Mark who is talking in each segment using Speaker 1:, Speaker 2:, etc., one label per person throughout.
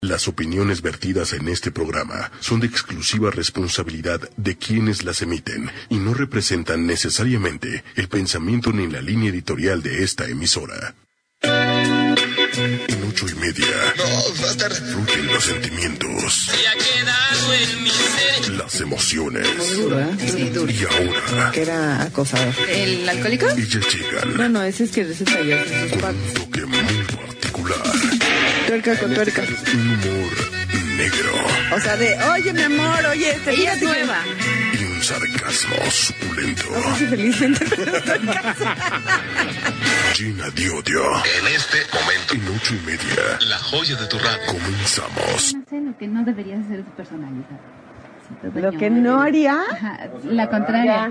Speaker 1: Las opiniones vertidas en este programa son de exclusiva responsabilidad de quienes las emiten y no representan necesariamente el pensamiento ni la línea editorial de esta emisora. En ocho y media fluyen los sentimientos, las emociones
Speaker 2: Duro, ¿eh? Sí, duro.
Speaker 1: y ahora
Speaker 2: Que era acosador.
Speaker 3: ¿El alcohólico?
Speaker 1: ellas llegan
Speaker 2: No, no, ese es que receta ayer en sus
Speaker 1: con un
Speaker 2: patas.
Speaker 1: toque muy particular,
Speaker 2: Tuerca con tuerca.
Speaker 1: un humor negro.
Speaker 2: O sea, de, oye, mi amor, oye, te
Speaker 3: Ella es
Speaker 2: fíjate que-
Speaker 3: nueva.
Speaker 1: y un sarcasmo suculento.
Speaker 2: No sé si feliz
Speaker 1: Gina Diodio.
Speaker 4: En este momento,
Speaker 1: En ocho y media
Speaker 4: la joya de tu radio.
Speaker 1: comenzamos.
Speaker 5: No sé lo que no debería hacer es personalidad. Si te
Speaker 2: Lo
Speaker 5: daña
Speaker 2: que
Speaker 5: una
Speaker 2: no
Speaker 5: idea.
Speaker 2: haría.
Speaker 5: Ajá, la contraria.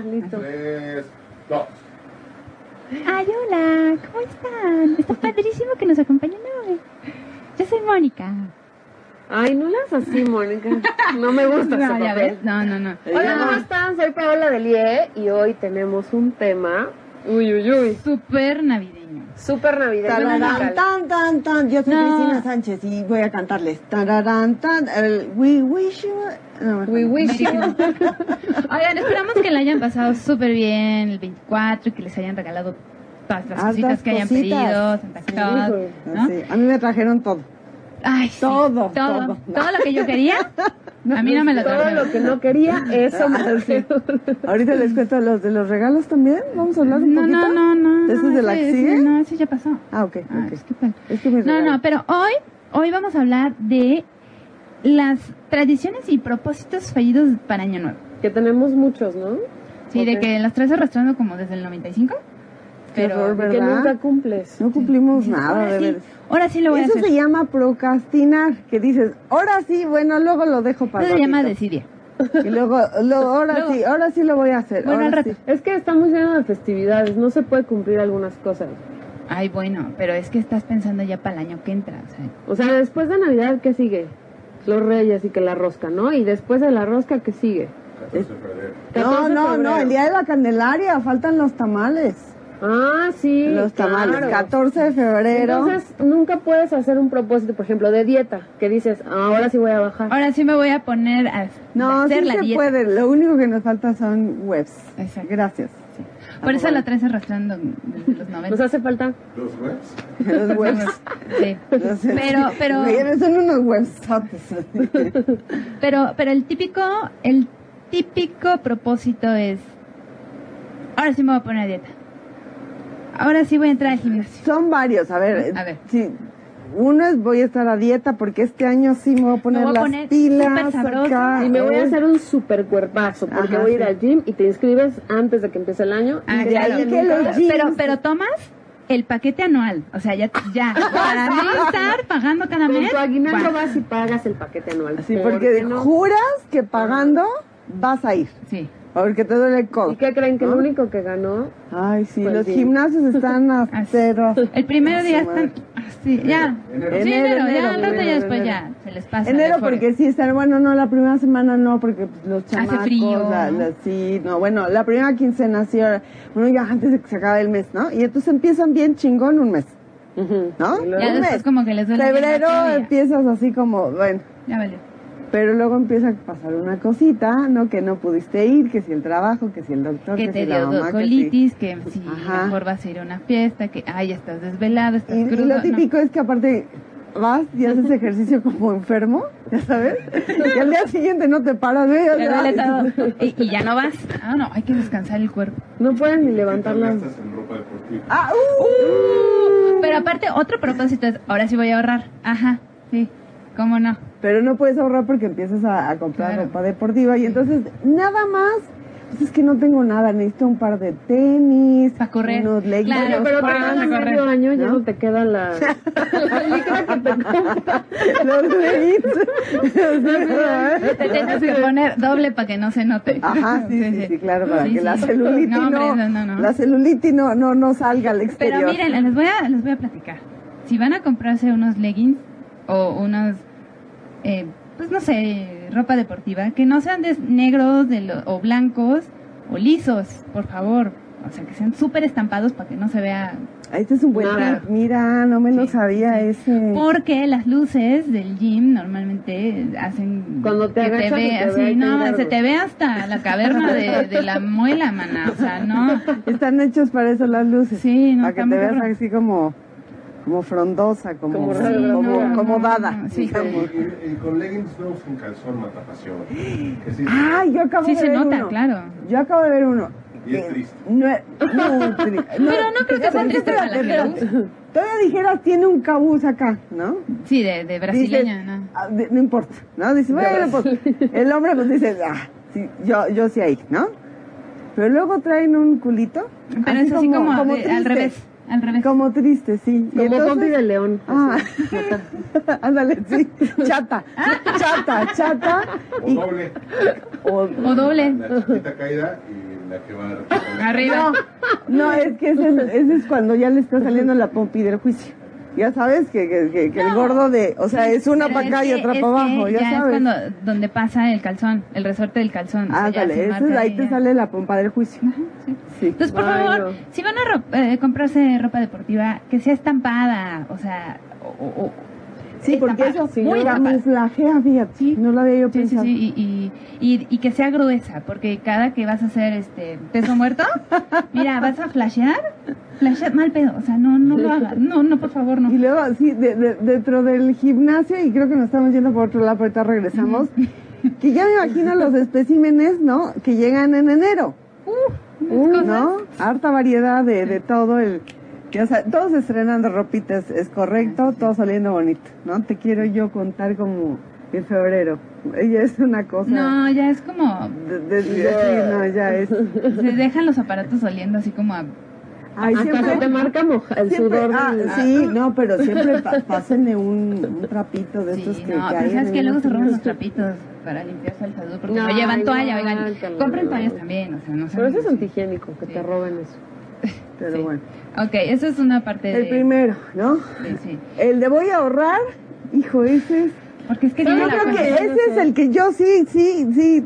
Speaker 5: Ay, hola, ¿cómo están? Está padrísimo que nos acompañen hoy. Yo soy Mónica.
Speaker 6: Ay, no las así, Mónica. No me gusta ese
Speaker 5: No, ya
Speaker 6: papel.
Speaker 5: ves. No, no, no.
Speaker 6: Hola, ¿cómo están? Soy Paola Delie y hoy tenemos un tema. Uy, uy, uy.
Speaker 5: Súper navideño.
Speaker 6: Súper navideño.
Speaker 2: Tararán,
Speaker 6: musical.
Speaker 2: tan, tan, tan. Yo soy
Speaker 5: No.
Speaker 2: Cristina Sánchez y voy a cantarles. Tararán, tan. El we wish you. a- No,
Speaker 6: We wish you.
Speaker 5: Oigan, esperamos que la hayan pasado súper bien el 24 y que les hayan regalado todas las
Speaker 2: Hartas
Speaker 5: cositas que hayan
Speaker 2: cositas.
Speaker 5: pedido, Santa
Speaker 2: Sí,
Speaker 5: Claus,
Speaker 6: hijo.
Speaker 5: ¿no?
Speaker 2: Sí, a mí me trajeron todo.
Speaker 5: Ay, sí,
Speaker 2: Todo,
Speaker 5: todo,
Speaker 2: todo.
Speaker 5: todo, lo que yo quería, a mí no me lo
Speaker 6: Todo
Speaker 5: trajeron.
Speaker 6: lo que no quería, eso me hace.
Speaker 2: Ahorita les cuento los de los regalos también. Vamos a hablar un
Speaker 5: No,
Speaker 2: poquito.
Speaker 5: no, no, no.
Speaker 2: ¿Ese
Speaker 5: no,
Speaker 2: es de la
Speaker 5: ese-
Speaker 2: que
Speaker 5: ese
Speaker 2: sigue?
Speaker 5: No, eso ya pasó.
Speaker 2: Ah, ok,
Speaker 5: Ah,
Speaker 2: ok.
Speaker 5: es que tal.
Speaker 2: Es que me
Speaker 5: No,
Speaker 2: regalaron.
Speaker 5: no, pero hoy, hoy vamos a hablar de las tradiciones y propósitos fallidos para Año Nuevo.
Speaker 6: Que tenemos muchos, ¿no?
Speaker 5: Sí,
Speaker 6: Ok.
Speaker 5: de que las traes arrastrando como desde el 95,
Speaker 2: Qué horror,
Speaker 5: pero
Speaker 6: Que
Speaker 2: ¿Verdad?
Speaker 6: nunca cumples.
Speaker 2: No cumplimos Pues nada,
Speaker 5: ahora,
Speaker 2: de
Speaker 5: sí,
Speaker 2: verdad.
Speaker 5: ahora sí lo voy a
Speaker 2: Eso
Speaker 5: hacer.
Speaker 2: se llama procrastinar, que dices, ahora sí, bueno, luego lo dejo para
Speaker 5: Eso se
Speaker 2: ratito".
Speaker 5: llama desidia.
Speaker 2: Y luego, luego, ahora
Speaker 5: Luego.
Speaker 2: sí, ahora sí lo voy a hacer.
Speaker 5: Bueno,
Speaker 2: ahora
Speaker 5: al
Speaker 2: sí.
Speaker 5: rato.
Speaker 6: Es que estamos llenos de festividades, no se puede cumplir algunas cosas.
Speaker 5: Ay, bueno, pero es que estás pensando ya para el año que entra. O sea,
Speaker 6: O sea, después de Navidad, ¿qué sigue? Los Reyes y que la rosca, ¿no? Y después de la rosca, ¿qué sigue? 14
Speaker 2: No,
Speaker 6: de
Speaker 2: no, no,
Speaker 6: febrero.
Speaker 2: el día de la Candelaria, faltan los tamales.
Speaker 6: Ah, sí.
Speaker 2: Los tamales,
Speaker 6: claro.
Speaker 2: 14 de febrero.
Speaker 6: Entonces, nunca puedes hacer un propósito, por ejemplo, de dieta, que dices, ahora sí voy a bajar.
Speaker 5: ahora sí me voy a poner a
Speaker 2: no, sí
Speaker 5: hacer la
Speaker 2: se
Speaker 5: dieta.
Speaker 2: puede, lo único que nos falta son webs.
Speaker 5: Exacto.
Speaker 2: Gracias.
Speaker 5: Por eso la traes arrastrando desde los 90.
Speaker 2: Pues
Speaker 6: Nos hace falta.
Speaker 2: Los webs.
Speaker 5: Sí.
Speaker 2: Los-
Speaker 5: Pero, pero,
Speaker 2: Oye, Son unos webs.
Speaker 5: pero, pero el típico, el típico propósito es, ahora sí me voy a poner a dieta. Ahora sí voy a entrar al gimnasio.
Speaker 2: Son varios, a ver. eh,
Speaker 5: A ver.
Speaker 2: Sí. Uno es voy a estar a dieta porque este año sí me voy a poner
Speaker 5: voy a
Speaker 2: las
Speaker 5: poner súper
Speaker 2: pilas
Speaker 5: sabrosa
Speaker 2: acá.
Speaker 6: Y me voy a hacer un super cuerpazo, porque
Speaker 2: Ajá,
Speaker 6: voy a ir
Speaker 2: sí.
Speaker 6: al gym y te inscribes antes de que empiece el año.
Speaker 5: Ah,
Speaker 6: y de
Speaker 5: claro.
Speaker 6: ahí
Speaker 2: que
Speaker 6: nunca-
Speaker 2: los jeans.
Speaker 5: Pero, pero tomas el paquete anual. O sea, ya, ya. Para no estar pagando cada
Speaker 6: Con
Speaker 5: mes.
Speaker 6: tu aguinaldo
Speaker 5: guau.
Speaker 6: vas y pagas el paquete anual.
Speaker 2: Sí,
Speaker 6: ¿Por
Speaker 2: porque
Speaker 6: qué no?
Speaker 2: juras que pagando vas a ir.
Speaker 5: Sí.
Speaker 2: Porque te duele el codo.
Speaker 6: ¿Y qué creen que el único que ganó?
Speaker 2: Ay, sí,
Speaker 6: Pues
Speaker 2: los
Speaker 6: bien.
Speaker 2: gimnasios están a
Speaker 5: Así.
Speaker 2: cero.
Speaker 5: El primer día están así, ya.
Speaker 2: Ah, Enero.
Speaker 5: Sí,
Speaker 2: Enero,
Speaker 5: enero,
Speaker 2: enero,
Speaker 5: ya, al rato
Speaker 2: enero,
Speaker 5: ya después
Speaker 2: enero.
Speaker 5: ya se les pasa.
Speaker 2: Enero
Speaker 5: la euforia.
Speaker 2: porque sí están, bueno, no, la primera semana no, porque pues, los
Speaker 5: Hace
Speaker 2: chamacos,
Speaker 5: frío,
Speaker 2: la-
Speaker 5: ¿no?
Speaker 2: la- sí, no, bueno, la primera quincena sí, ahora, bueno, ya antes de que se acabe el mes, ¿no? Y entonces empiezan bien chingón un mes, ¿no?
Speaker 6: Y
Speaker 2: Un
Speaker 6: luego-
Speaker 5: Ya
Speaker 2: mes.
Speaker 5: después como que les duele.
Speaker 2: Febrero
Speaker 5: ya, ya.
Speaker 2: empiezas así como, bueno,
Speaker 5: Ya valió.
Speaker 2: pero luego empieza a pasar una cosita, ¿no? Que no pudiste ir, que si el trabajo, que si el doctor, que,
Speaker 5: Que
Speaker 2: si
Speaker 5: te
Speaker 2: la
Speaker 5: dio
Speaker 2: mamá,
Speaker 5: do-
Speaker 2: que si-
Speaker 5: colitis, que si
Speaker 2: Ajá.
Speaker 5: mejor vas a ir a una fiesta, que ay, estás desvelado, estás
Speaker 2: Y, y
Speaker 5: crudo.
Speaker 2: lo
Speaker 5: no.
Speaker 2: típico es que aparte vas y haces ejercicio como enfermo, ya sabes, y al día siguiente no te paras, ¿eh? O
Speaker 5: Te
Speaker 2: sea,
Speaker 5: duele todo. Y, y ya no vas. Ah, no, hay que descansar el cuerpo.
Speaker 6: No pueden ni levantar las...
Speaker 2: Ah, uh.
Speaker 5: Pero aparte, otro propósito es, ahora sí voy a ahorrar. Ajá, sí. ¿Cómo no?
Speaker 2: Pero no puedes ahorrar porque empiezas a, a comprar
Speaker 5: Claro.
Speaker 2: ropa deportiva y entonces nada más, pues es que no tengo nada, necesito un par de tenis,
Speaker 5: Pa' correr.
Speaker 2: unos leggings,
Speaker 5: Claro,
Speaker 2: unos
Speaker 6: pero te
Speaker 5: Para
Speaker 6: quedan
Speaker 5: correr,
Speaker 6: medio año y ya
Speaker 2: ¿no?
Speaker 6: no te queda la... la licra que te compras.
Speaker 2: los leggings.
Speaker 5: Te tienes que poner doble para que no se note.
Speaker 2: Ajá, sí, sí, sí, claro, para
Speaker 5: Sí,
Speaker 2: que la
Speaker 5: sí.
Speaker 2: celulitis no,
Speaker 5: No, hombre, no, no, no.
Speaker 2: la celulitis no, no, no salga al exterior.
Speaker 5: Pero miren, les voy, a, les voy a platicar. Si van a comprarse unos leggings o unos, eh, pues no sé, ropa deportiva, que no sean de negros de lo- o blancos o lisos, por favor. O sea, que sean súper estampados para que no se vea
Speaker 2: Este es un buen
Speaker 6: Nada.
Speaker 2: tip. Mira, no me lo
Speaker 5: Sí,
Speaker 2: sabía ese.
Speaker 5: Porque las luces del gym normalmente hacen
Speaker 6: Cuando te
Speaker 5: que
Speaker 6: agachas y te
Speaker 5: así,
Speaker 6: ve ahí
Speaker 5: no,
Speaker 6: largo.
Speaker 5: se te ve hasta la caverna de, de la muela, maná, o sea, no.
Speaker 2: Están hechos para eso las luces.
Speaker 5: Sí, no,
Speaker 2: Para que
Speaker 5: está
Speaker 2: te
Speaker 5: muy
Speaker 2: veas
Speaker 5: cabrón.
Speaker 2: así como, como frondosa, como,
Speaker 6: Como
Speaker 2: como,
Speaker 6: radiografía.
Speaker 2: como dada.
Speaker 5: Sí.
Speaker 2: digamos.
Speaker 3: Y, y con leggings nuevos sin calzón mata pasión. Que sí,
Speaker 2: Ay, yo acabo
Speaker 5: Sí
Speaker 2: de
Speaker 5: se
Speaker 2: ver
Speaker 5: nota,
Speaker 2: uno.
Speaker 5: claro.
Speaker 2: Yo acabo de ver uno.
Speaker 3: Y es
Speaker 2: Eh,
Speaker 3: triste.
Speaker 2: No, es- no, tri-
Speaker 5: Pero no creo que sea
Speaker 2: espérate,
Speaker 5: triste para la
Speaker 2: espérate,
Speaker 5: Claus.
Speaker 2: espérate. Todavía dijeras, tiene un cabuz acá, ¿no?
Speaker 5: Sí, de, de brasileña,
Speaker 2: Dices,
Speaker 5: ¿no?
Speaker 2: ah, de- no importa, ¿no? Dice, bueno, pues, el hombre pues dice, ah, sí, yo, yo sí ahí, ¿no? Pero luego traen un culito.
Speaker 5: Pero es así como, de- al
Speaker 2: triste.
Speaker 5: revés, al revés.
Speaker 2: Como triste, sí. Y
Speaker 6: Como
Speaker 2: entonces-
Speaker 6: Pompi de León.
Speaker 2: Ah, ándale, sí, chata, chata, chata.
Speaker 3: O
Speaker 2: Y,
Speaker 3: doble.
Speaker 2: o-
Speaker 5: O doble,
Speaker 3: La chiquita caída y la que va
Speaker 5: arriba.
Speaker 2: no, no, es que ese es, ese es cuando ya le está saliendo la pompi del juicio. Ya sabes que, que- que- que el
Speaker 5: No.
Speaker 2: gordo de, o sea, es una
Speaker 5: Pero
Speaker 2: para acá y
Speaker 5: que-
Speaker 2: otra
Speaker 5: es
Speaker 2: para
Speaker 5: que
Speaker 2: abajo, ya,
Speaker 5: es
Speaker 2: sabes.
Speaker 5: cuando, donde pasa el calzón, el resorte del calzón. o sea, ya
Speaker 2: Ándale,
Speaker 5: se
Speaker 2: ese
Speaker 5: marca
Speaker 2: es- ahí
Speaker 5: ahí,
Speaker 2: te
Speaker 5: ya.
Speaker 2: sale la pompa del juicio.
Speaker 5: Ajá, sí.
Speaker 2: Sí.
Speaker 5: Entonces, por
Speaker 6: Ay,
Speaker 5: favor,
Speaker 6: no.
Speaker 5: si van a ro- eh, comprarse ropa deportiva, que sea estampada, o sea, o- o- o-
Speaker 2: Sí, porque
Speaker 5: estampada,
Speaker 2: eso
Speaker 5: sí, muy estampada.
Speaker 2: camuflajea, fíjate.
Speaker 5: Sí.
Speaker 2: No lo había yo
Speaker 5: Sí, sí,
Speaker 2: pensado.
Speaker 5: sí, y, y, y- y que sea gruesa, porque cada que vas a hacer este peso muerto, mira, vas a flashear, flashear mal pedo, o sea, no, no lo hagas, no, no, por favor, no.
Speaker 2: Y luego, sí, de- de- dentro del gimnasio, y creo que nos estamos yendo por otro lado, pero ahorita regresamos, que ya me imagino los especímenes, ¿no? Que llegan en enero,
Speaker 5: Unas Uh, cosas.
Speaker 2: ¿no? Harta variedad de, de todo el... ya sa- todos estrenando ropitas, es correcto, todo saliendo bonito, ¿no? Te quiero yo contar como en febrero. Ella es una cosa...
Speaker 5: No, ya es como,
Speaker 2: de- de- de- sí, no, ya es...
Speaker 5: se dejan los aparatos oliendo así como a...
Speaker 2: Ay,
Speaker 6: Hasta
Speaker 2: siempre-
Speaker 6: se te marca moja- el
Speaker 2: Siempre-
Speaker 6: sudor.
Speaker 2: ah,
Speaker 6: del-
Speaker 2: sí, no, pero siempre pa- pásenle un, un trapito de
Speaker 5: Sí,
Speaker 2: estos que,
Speaker 5: no,
Speaker 2: que
Speaker 5: pero
Speaker 2: hay
Speaker 5: sabes
Speaker 2: en
Speaker 5: que
Speaker 2: el
Speaker 5: luego se roban los
Speaker 2: gimnasio.
Speaker 5: trapitos para limpiarse el salud, porque
Speaker 6: No,
Speaker 5: no, llevan
Speaker 6: no,
Speaker 5: toalla,
Speaker 6: guácala.
Speaker 5: oigan, compren toallas también, o sea, no
Speaker 6: Pero
Speaker 5: sean-
Speaker 6: eso es antihigiénico, que
Speaker 5: Sí.
Speaker 6: te roben eso.
Speaker 2: Pero
Speaker 5: Sí.
Speaker 2: bueno,
Speaker 5: Ok, eso es una parte de...
Speaker 2: el primero, ¿no?
Speaker 5: de- sí.
Speaker 2: El de voy a ahorrar, hijo, ese es.
Speaker 5: Porque es que
Speaker 2: Yo
Speaker 5: tiene la
Speaker 2: creo
Speaker 5: cosa-
Speaker 2: que ese es el que yo sí, sí, sí,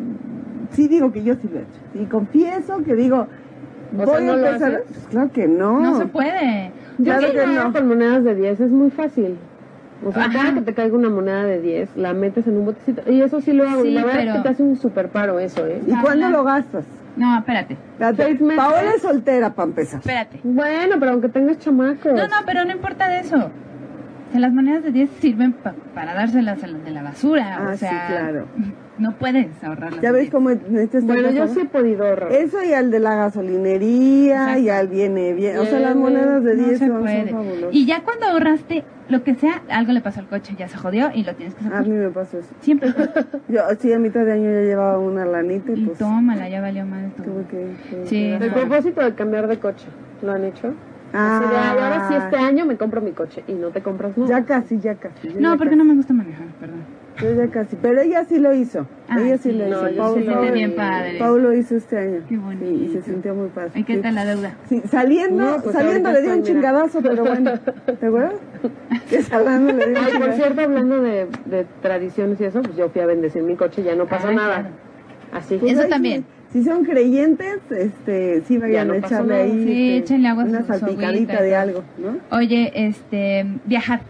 Speaker 2: sí digo que yo sí lo he hecho. Y confieso que digo,
Speaker 6: O sea,
Speaker 2: voy
Speaker 6: ¿no
Speaker 2: a
Speaker 6: lo
Speaker 2: empezar.
Speaker 6: haces?
Speaker 2: Pues claro que no.
Speaker 5: No se puede.
Speaker 6: Yo
Speaker 2: Claro
Speaker 6: creo
Speaker 2: que
Speaker 6: que
Speaker 2: no.
Speaker 6: con monedas de 10 es muy fácil. O sea,
Speaker 5: Ajá.
Speaker 6: cada que te caiga una moneda de 10, la metes en un botecito. Y eso sí lo hago. y
Speaker 5: Sí,
Speaker 6: la verdad
Speaker 5: pero-
Speaker 6: es que te hace un super paro eso, ¿eh?
Speaker 2: ¿Y cuándo lo gastas?
Speaker 5: No, espérate,
Speaker 2: Espérate,
Speaker 6: Seis meses.
Speaker 2: Paola es soltera para empezar.
Speaker 5: espérate.
Speaker 6: Bueno, pero aunque tengas chamacos.
Speaker 2: Pues.
Speaker 5: No, no, pero no importa de eso. O sea, las monedas de 10 sirven pa- para dárselas a las de la basura.
Speaker 2: Ah,
Speaker 5: o
Speaker 2: sí,
Speaker 5: sea,
Speaker 2: claro.
Speaker 5: No puedes ahorrarlas.
Speaker 2: ¿Ya ves cómo este necesitas
Speaker 6: Bueno,
Speaker 2: tantas
Speaker 6: yo
Speaker 2: cosas?
Speaker 6: sí he podido ahorrar.
Speaker 2: Eso y al de la gasolinería
Speaker 5: Exacto.
Speaker 2: y al viene bien. O sea, las
Speaker 6: Viene,
Speaker 2: monedas de 10 son,
Speaker 5: no
Speaker 2: son
Speaker 5: se puede.
Speaker 2: fabulosas.
Speaker 5: Y ya cuando ahorraste, lo que sea, algo le pasó al coche, ya se jodió y lo tienes que
Speaker 2: A
Speaker 5: sacar.
Speaker 2: mí me pasó eso.
Speaker 5: Siempre.
Speaker 2: Yo, Ah. sí, a mitad de año ya llevaba una lanita y
Speaker 5: y
Speaker 2: pues
Speaker 5: tómala, ya valió mal tu...
Speaker 2: tuve que... que-
Speaker 5: Sí.
Speaker 2: que-
Speaker 6: El propósito de cambiar de coche, ¿lo han hecho?
Speaker 2: Ah,
Speaker 6: Así de, "Ay, ahora sí este año me compro mi coche y no te compras nada.
Speaker 2: Ya casi, ya casi. yo
Speaker 5: uh. No,
Speaker 2: ya
Speaker 5: porque no me gusta manejar, perdón.
Speaker 2: casi, Yo ya casi. Pero ella sí lo hizo.
Speaker 5: Ah,
Speaker 2: ella sí,
Speaker 5: sí,
Speaker 2: lo
Speaker 5: no,
Speaker 2: hizo.
Speaker 6: yo
Speaker 2: Pau-
Speaker 6: sí lo
Speaker 2: Pau-
Speaker 6: hice.
Speaker 5: Está bien padre.
Speaker 2: Pau lo hizo este año.
Speaker 5: Qué bonito.
Speaker 2: Y, y se sintió muy padre.
Speaker 5: Ay, ¿qué tal la deuda?
Speaker 2: Sí, saliendo,
Speaker 6: No, pues
Speaker 2: saliendo
Speaker 6: ahorita
Speaker 2: le dio un
Speaker 6: estoy, mira.
Speaker 2: chingadazo, pero bueno. ¿Te acuerdas? Que saliendo le dio un
Speaker 6: Ay, por
Speaker 2: chingadazo.
Speaker 6: cierto, hablando de, de tradiciones y eso, pues yo fui a bendecir mi coche y ya no pasó
Speaker 5: Ah,
Speaker 6: nada.
Speaker 5: claro.
Speaker 6: Así.
Speaker 5: Eso
Speaker 2: ahí sí,
Speaker 5: también.
Speaker 2: Si son creyentes, este, sí vayan
Speaker 6: no
Speaker 2: a
Speaker 6: pasó
Speaker 2: echarle
Speaker 6: nada.
Speaker 2: ahí
Speaker 5: Sí,
Speaker 2: este,
Speaker 5: échenle agua a
Speaker 2: una
Speaker 5: su- su
Speaker 2: salpicadita
Speaker 5: agüita y
Speaker 2: de
Speaker 5: todo.
Speaker 2: algo, ¿no?
Speaker 5: Oye, este, viajar.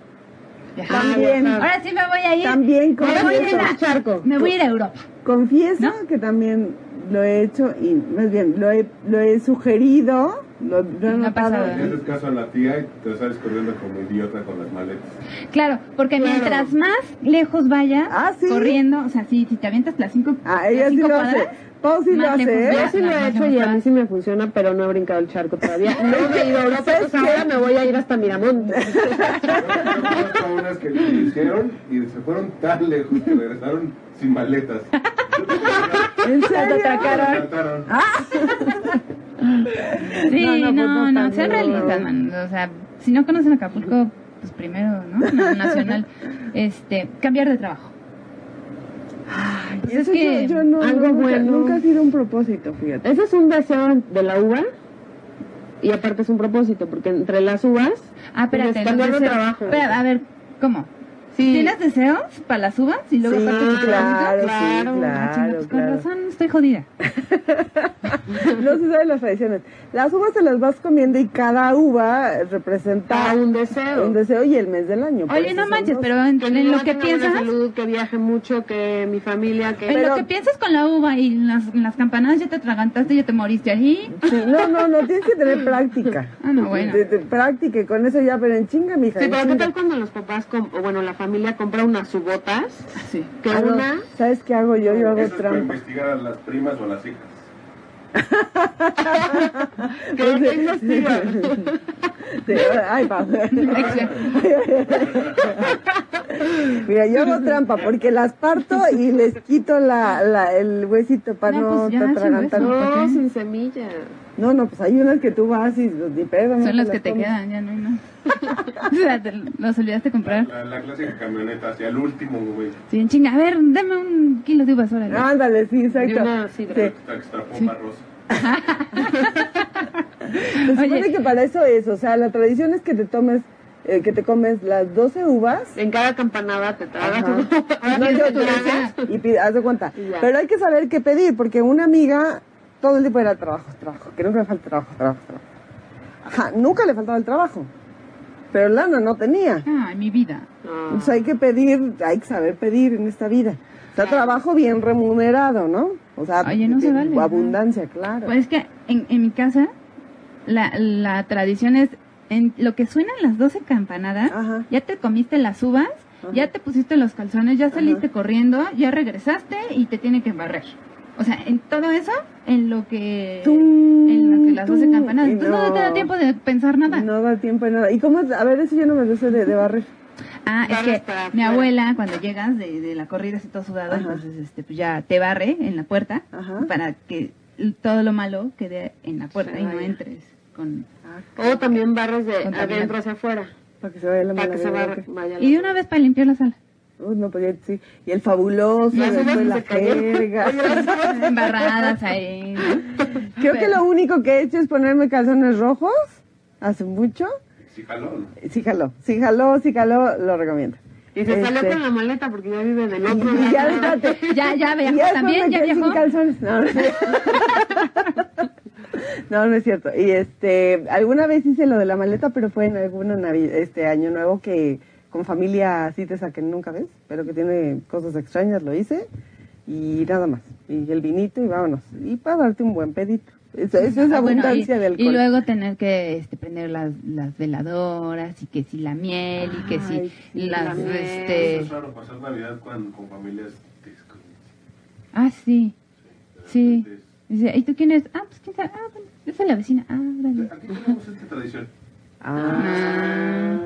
Speaker 5: Viajar.
Speaker 2: También,
Speaker 5: Ahora sí me voy a ir.
Speaker 2: Ah. también
Speaker 5: Me voy a ir
Speaker 2: confieso,
Speaker 5: a-
Speaker 6: charco.
Speaker 5: Me voy a ir a Europa.
Speaker 2: confieso que también lo he hecho y más bien lo he, lo he sugerido, lo, lo he
Speaker 5: No ha
Speaker 2: notado.
Speaker 5: pasado,
Speaker 3: Le haces caso a la tía y te sales corriendo como idiota con las maletas.
Speaker 5: Claro, porque mientras más lejos vaya
Speaker 2: Ah, ¿sí?
Speaker 5: corriendo, o sea, si, si te avientas las cinco,
Speaker 2: Ah,
Speaker 5: las
Speaker 2: ella sí
Speaker 5: cinco
Speaker 2: lo hace.
Speaker 5: cuadras,
Speaker 2: Pau sí lo
Speaker 5: más
Speaker 2: hace,
Speaker 5: lejos
Speaker 2: ¿eh?
Speaker 6: Yo
Speaker 5: vas,
Speaker 6: sí lo
Speaker 5: más
Speaker 6: he hecho
Speaker 5: lejos
Speaker 6: y a mí
Speaker 5: vas.
Speaker 6: sí me funciona, pero no he brincado el charco todavía. No me he ido a Europa, pues ahora me voy a ir hasta Miramontes.
Speaker 3: Yo conozco a unas que lo hicieron y se fueron tan lejos que regresaron sin maletas.
Speaker 2: ¿eh? ¿En serio?
Speaker 3: Atracaron.
Speaker 2: Ah,
Speaker 5: Sí,
Speaker 2: No, no,
Speaker 5: no, no,
Speaker 2: pues no tan
Speaker 5: sean
Speaker 2: lejos.
Speaker 5: realistas, man. O sea, si no conocen Acapulco, pues primero, ¿no? Na- Nacional, este, cambiar de trabajo. Pues
Speaker 2: Eso
Speaker 5: es que
Speaker 2: yo, yo no,
Speaker 6: algo
Speaker 2: nunca,
Speaker 6: bueno.
Speaker 2: nunca ha sido un propósito, fíjate.
Speaker 6: Ese es un deseo de la uva y aparte es un propósito, porque entre las uvas
Speaker 5: Ah, espérate,
Speaker 6: Pues, cambiar de
Speaker 5: entonces-
Speaker 6: trabajo.
Speaker 5: espera, a ver, ¿cómo?
Speaker 6: Sí.
Speaker 5: ¿Tienes deseos para las uvas y luego
Speaker 2: Sí,
Speaker 5: aparte tu
Speaker 2: claro,
Speaker 5: clásico?
Speaker 2: sí,
Speaker 5: Ah, chinga,
Speaker 2: claro,
Speaker 5: pues
Speaker 2: claro.
Speaker 5: Con razón, estoy jodida.
Speaker 2: No se saben las tradiciones. Las uvas se las vas comiendo y cada uva representa
Speaker 6: Para un deseo.
Speaker 2: un deseo y el mes del año. por
Speaker 5: Ah. Oye,
Speaker 2: eso
Speaker 5: no
Speaker 2: son
Speaker 5: manches,
Speaker 2: dos.
Speaker 5: pero en, en
Speaker 6: mi mamá
Speaker 5: lo que
Speaker 6: tenga buena
Speaker 5: piensas,
Speaker 6: salud, que viaje mucho, que mi familia, que...
Speaker 5: en Pues lo que piensas con la uva y en las, en las campanadas ya te atragantaste, ya te moriste ahí.
Speaker 2: Sí, no, no, no, tienes que tener práctica.
Speaker 5: Ah, no, bueno.
Speaker 2: De- de práctica y con eso ya, pero en chinga, mija.
Speaker 6: Sí,
Speaker 2: en
Speaker 6: pero ¿qué
Speaker 2: chinga.
Speaker 6: tal cuando los papás, com- o bueno, la familia compra unas subotas?
Speaker 5: Sí.
Speaker 6: Que
Speaker 2: Ah, no,
Speaker 6: una...
Speaker 2: ¿Sabes qué hago yo? Yo
Speaker 3: Eso
Speaker 2: hago
Speaker 3: es para
Speaker 2: trampa.
Speaker 3: investigar a las primas o a las hijas.
Speaker 6: Que no tengas tía.
Speaker 2: Sí, ay, va. Mira, yo hago trampa porque las parto y les quito la, la- el huesito para
Speaker 5: No,
Speaker 2: no,
Speaker 5: pues ya, sin
Speaker 2: atragantar.
Speaker 5: hueso.
Speaker 6: No, sin semilla.
Speaker 2: No, no, pues hay unas que tú vas y pues, ni pedo. no
Speaker 5: Son las
Speaker 2: las
Speaker 5: que te
Speaker 2: comes.
Speaker 5: quedan, ya no hay más. o sea, te los olvidaste
Speaker 2: ¿Eh?
Speaker 5: comprar.
Speaker 3: La, la clásica camioneta hacia el último momento.
Speaker 5: Sí, en chinga, a ver, dame un kilo de uvas, órale.
Speaker 2: Ándale, sí,
Speaker 6: Y
Speaker 2: exacto.
Speaker 6: una sidra.
Speaker 2: Sí.
Speaker 3: Hasta que está popa rosa.
Speaker 2: Se supone
Speaker 5: Oye.
Speaker 2: que para eso es, o sea, la tradición es que te tomes, eh, que te comes las 12 uvas
Speaker 6: En cada campanada te tragas
Speaker 2: Ajá.
Speaker 6: una. Ahora
Speaker 2: No,
Speaker 6: sí
Speaker 2: yo
Speaker 6: te
Speaker 2: tú
Speaker 6: tragas.
Speaker 2: dices, y pide- haz de cuenta.
Speaker 6: Y ya.
Speaker 2: Pero hay que saber qué pedir, porque una amiga todo el tiempo era trabajo, trabajo, que nunca le falta trabajo, trabajo, trabajo. Ajá, nunca le faltaba el trabajo, pero lana no tenía.
Speaker 5: Ay, mi vida.
Speaker 6: Ah.
Speaker 2: Entonces hay que pedir, hay que saber pedir en esta vida. O sea, trabajo bien remunerado, ¿no? O sea,
Speaker 5: Oye, no se
Speaker 2: de-
Speaker 5: vale, ¿no?
Speaker 2: abundancia, claro.
Speaker 5: Pues es que en, en mi casa la, la tradición es en lo que suenan las 12 campanadas,
Speaker 2: Ajá.
Speaker 5: ya te comiste las uvas,
Speaker 2: Ah. Ajá.
Speaker 5: ya te pusiste los calzones, ya saliste
Speaker 2: Ajá.
Speaker 5: corriendo, ya regresaste y te tiene que barrer. O sea, en todo eso, en lo que
Speaker 2: Tum,
Speaker 5: eh, en lo que las 12
Speaker 2: tum,
Speaker 5: campanadas,
Speaker 2: y
Speaker 5: entonces no.
Speaker 2: Mm, no.
Speaker 5: te da tiempo de pensar nada.
Speaker 2: No da tiempo de nada. ¿Y cómo? es? A ver, eso yo no me lo sé de, de barrer.
Speaker 5: Ah, es
Speaker 6: Barras
Speaker 5: que
Speaker 6: para
Speaker 5: mi
Speaker 6: afuera.
Speaker 5: abuela cuando llegas de, de la corrida así todo sudado,
Speaker 2: Ajá.
Speaker 5: entonces este pues ya te barre en la puerta
Speaker 2: Ajá.
Speaker 5: para que todo lo malo quede en la puerta
Speaker 6: Se
Speaker 5: y no
Speaker 6: vaya. Ah,
Speaker 5: entres con
Speaker 6: O también barras de
Speaker 5: Contaminante.
Speaker 6: adentro hacia afuera.
Speaker 2: Para que se vaya la
Speaker 6: Para que se
Speaker 2: mala vida,
Speaker 6: barra-
Speaker 2: ¿ok?
Speaker 6: vaya.
Speaker 5: Y de una vez para limpiar la sala.
Speaker 2: Uy, no, pues ya, sí. Y el fabuloso,
Speaker 6: Y
Speaker 2: y
Speaker 6: las uvas
Speaker 2: después
Speaker 6: que
Speaker 2: la
Speaker 6: se cayeron.
Speaker 2: jerga.
Speaker 5: Embarradas ahí.
Speaker 2: Creo que
Speaker 5: Pero-
Speaker 2: lo único que he hecho es ponerme calzones rojos hace mucho.
Speaker 3: Sí, jalón.
Speaker 2: Sí jaló, sí jaló, sí jaló, lo recomiendo.
Speaker 6: Y se salió
Speaker 2: Este,
Speaker 6: con la maleta porque ya vive en el
Speaker 2: y-
Speaker 6: otro
Speaker 2: y ya,
Speaker 6: lado.
Speaker 2: espérate.
Speaker 5: Ya, ya
Speaker 2: Y
Speaker 5: viajó
Speaker 2: después
Speaker 5: también,
Speaker 2: me
Speaker 5: ya
Speaker 2: quedé
Speaker 5: viajó.
Speaker 2: sin calzones. No, no es cierto. No, no es cierto. Y este, alguna vez hice lo de la maleta, pero fue en algún este año nuevo que con familia así te saquen nunca ves, pero que tiene cosas extrañas, lo hice y nada más. Y el vinito y vámonos. Y para darte un buen pedito. Eso, eso es
Speaker 5: Ah, bueno,
Speaker 2: abundancia
Speaker 5: y,
Speaker 2: de alcohol.
Speaker 5: y luego tener que este, prender las, las veladoras y que si la miel y que si
Speaker 6: Ay, sí, la
Speaker 5: las
Speaker 6: miel.
Speaker 5: este
Speaker 3: Es raro pasar Navidad con, con familias desconocidas.
Speaker 5: ah sí sí
Speaker 3: Entonces,
Speaker 5: dice y tú quién eres ah pues quién sabe ah bueno yo soy la vecina ah órale
Speaker 3: Aquí tenemos esta tradición.
Speaker 2: Ah,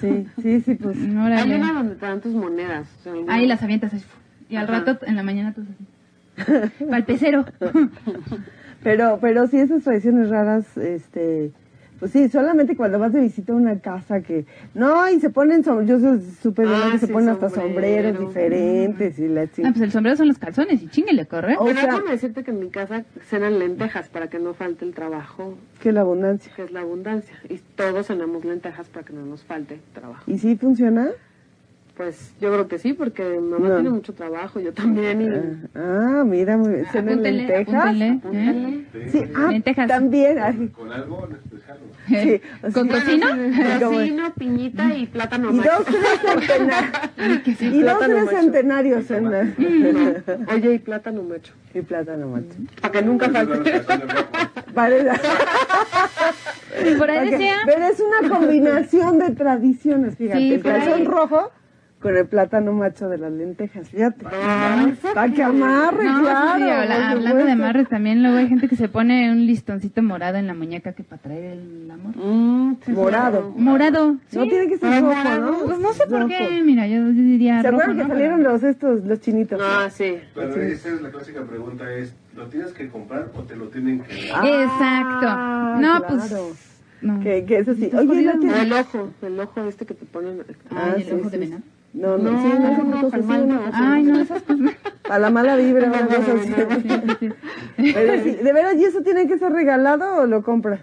Speaker 2: sí, sí, sí, pues.
Speaker 6: Hay
Speaker 5: órale
Speaker 6: una donde te dan tus monedas. o sea, alguna-
Speaker 5: ahí las avientas así, y al
Speaker 6: Ajá.
Speaker 5: rato en la mañana tú así para el pecero
Speaker 2: Pero, pero sí, esas tradiciones raras, este, pues sí, solamente cuando vas de visita a una casa que, no, y se ponen, som- yo soy súper violenta,
Speaker 6: Ah,
Speaker 2: se
Speaker 6: sí,
Speaker 2: ponen hasta
Speaker 6: sombrero.
Speaker 2: sombreros diferentes y la
Speaker 5: ah
Speaker 2: chingada.
Speaker 5: pues el sombrero son los calzones y chinguele corre
Speaker 2: o
Speaker 6: Pero
Speaker 2: sea-
Speaker 6: déjame decirte que en mi casa cenan lentejas para que no falte el trabajo,
Speaker 2: que la abundancia.
Speaker 6: que es la abundancia. Y todos cenamos lentejas para que no nos falte trabajo.
Speaker 2: ¿Y sí funciona?
Speaker 6: Pues yo creo que sí, porque mi mamá
Speaker 2: No.
Speaker 6: tiene mucho trabajo, yo también. Y...
Speaker 2: Ah, mira, muy bien. ¿Cenan
Speaker 5: apúntele,
Speaker 2: lentejas?
Speaker 5: apúntele, ¿eh?
Speaker 2: Sí, ah,
Speaker 5: Lentejas.
Speaker 2: también. ay,
Speaker 3: Con algo en especial. ¿no?
Speaker 2: sí, o
Speaker 5: ¿Con
Speaker 2: sea,
Speaker 5: tocino?
Speaker 6: Ah,
Speaker 2: ¿Cómo es?
Speaker 6: Tocino, piñita y plátano
Speaker 2: Ah. Y dos,
Speaker 6: macho.
Speaker 2: tres centenarios. Y dos,
Speaker 6: Plátano
Speaker 2: tres
Speaker 6: macho.
Speaker 2: centenarios en la...
Speaker 6: No. Oye, y plátano macho.
Speaker 2: Y plátano macho.
Speaker 6: Para que nunca falte.
Speaker 3: Esa es la tradición de rojo.
Speaker 2: Vale.
Speaker 5: por ahí
Speaker 2: Porque-
Speaker 5: decía
Speaker 2: Pero es una combinación de tradiciones, fíjate.
Speaker 5: Sí,
Speaker 2: el
Speaker 5: por
Speaker 2: calzón
Speaker 5: ahí.
Speaker 2: rojo con el plátano macho de las lentejas, fíjate. Para que amarre,
Speaker 5: No,
Speaker 2: claro.
Speaker 5: sí, habla-
Speaker 2: por
Speaker 5: hablando
Speaker 2: supuesto.
Speaker 5: de amarres, también luego hay gente que se pone un listoncito morado en la muñeca que para traer el amor.
Speaker 6: Mm, sí,
Speaker 2: Morado.
Speaker 5: Morado. ¿sí?
Speaker 2: No tiene que ser
Speaker 6: Ah,
Speaker 2: rojo, ¿no?
Speaker 6: morado.
Speaker 5: Pues no sé por
Speaker 2: Rojo.
Speaker 5: qué, mira, yo yo diría
Speaker 2: ¿Se
Speaker 5: rojo,
Speaker 2: acuerdan que
Speaker 5: ¿no?
Speaker 2: salieron los estos, los chinitos?
Speaker 6: Ah, sí.
Speaker 3: Pero esa es la clásica pregunta es, ¿lo tienes que comprar o te lo tienen que dar?
Speaker 2: Ah,
Speaker 5: Exacto. No,
Speaker 2: claro.
Speaker 5: pues... No.
Speaker 2: Que, que eso sí.
Speaker 5: Estás
Speaker 2: Oye,
Speaker 5: jodido.
Speaker 2: no
Speaker 6: O el
Speaker 2: tiene...
Speaker 6: ojo, el ojo este que te ponen.
Speaker 5: Ay,
Speaker 2: Ah,
Speaker 5: el ojo de venado.
Speaker 2: No, no,
Speaker 6: No,
Speaker 2: sí, no, no,
Speaker 6: no,
Speaker 2: cosas así,
Speaker 6: Germán,
Speaker 2: no,
Speaker 6: no.
Speaker 2: cosas
Speaker 7: Ah,
Speaker 2: así.
Speaker 5: Ay, no, esas cosas. Ah,
Speaker 2: A la mala vibra, una cosa así. Pero sí, de veras, ¿y eso tiene que ser regalado o lo compras?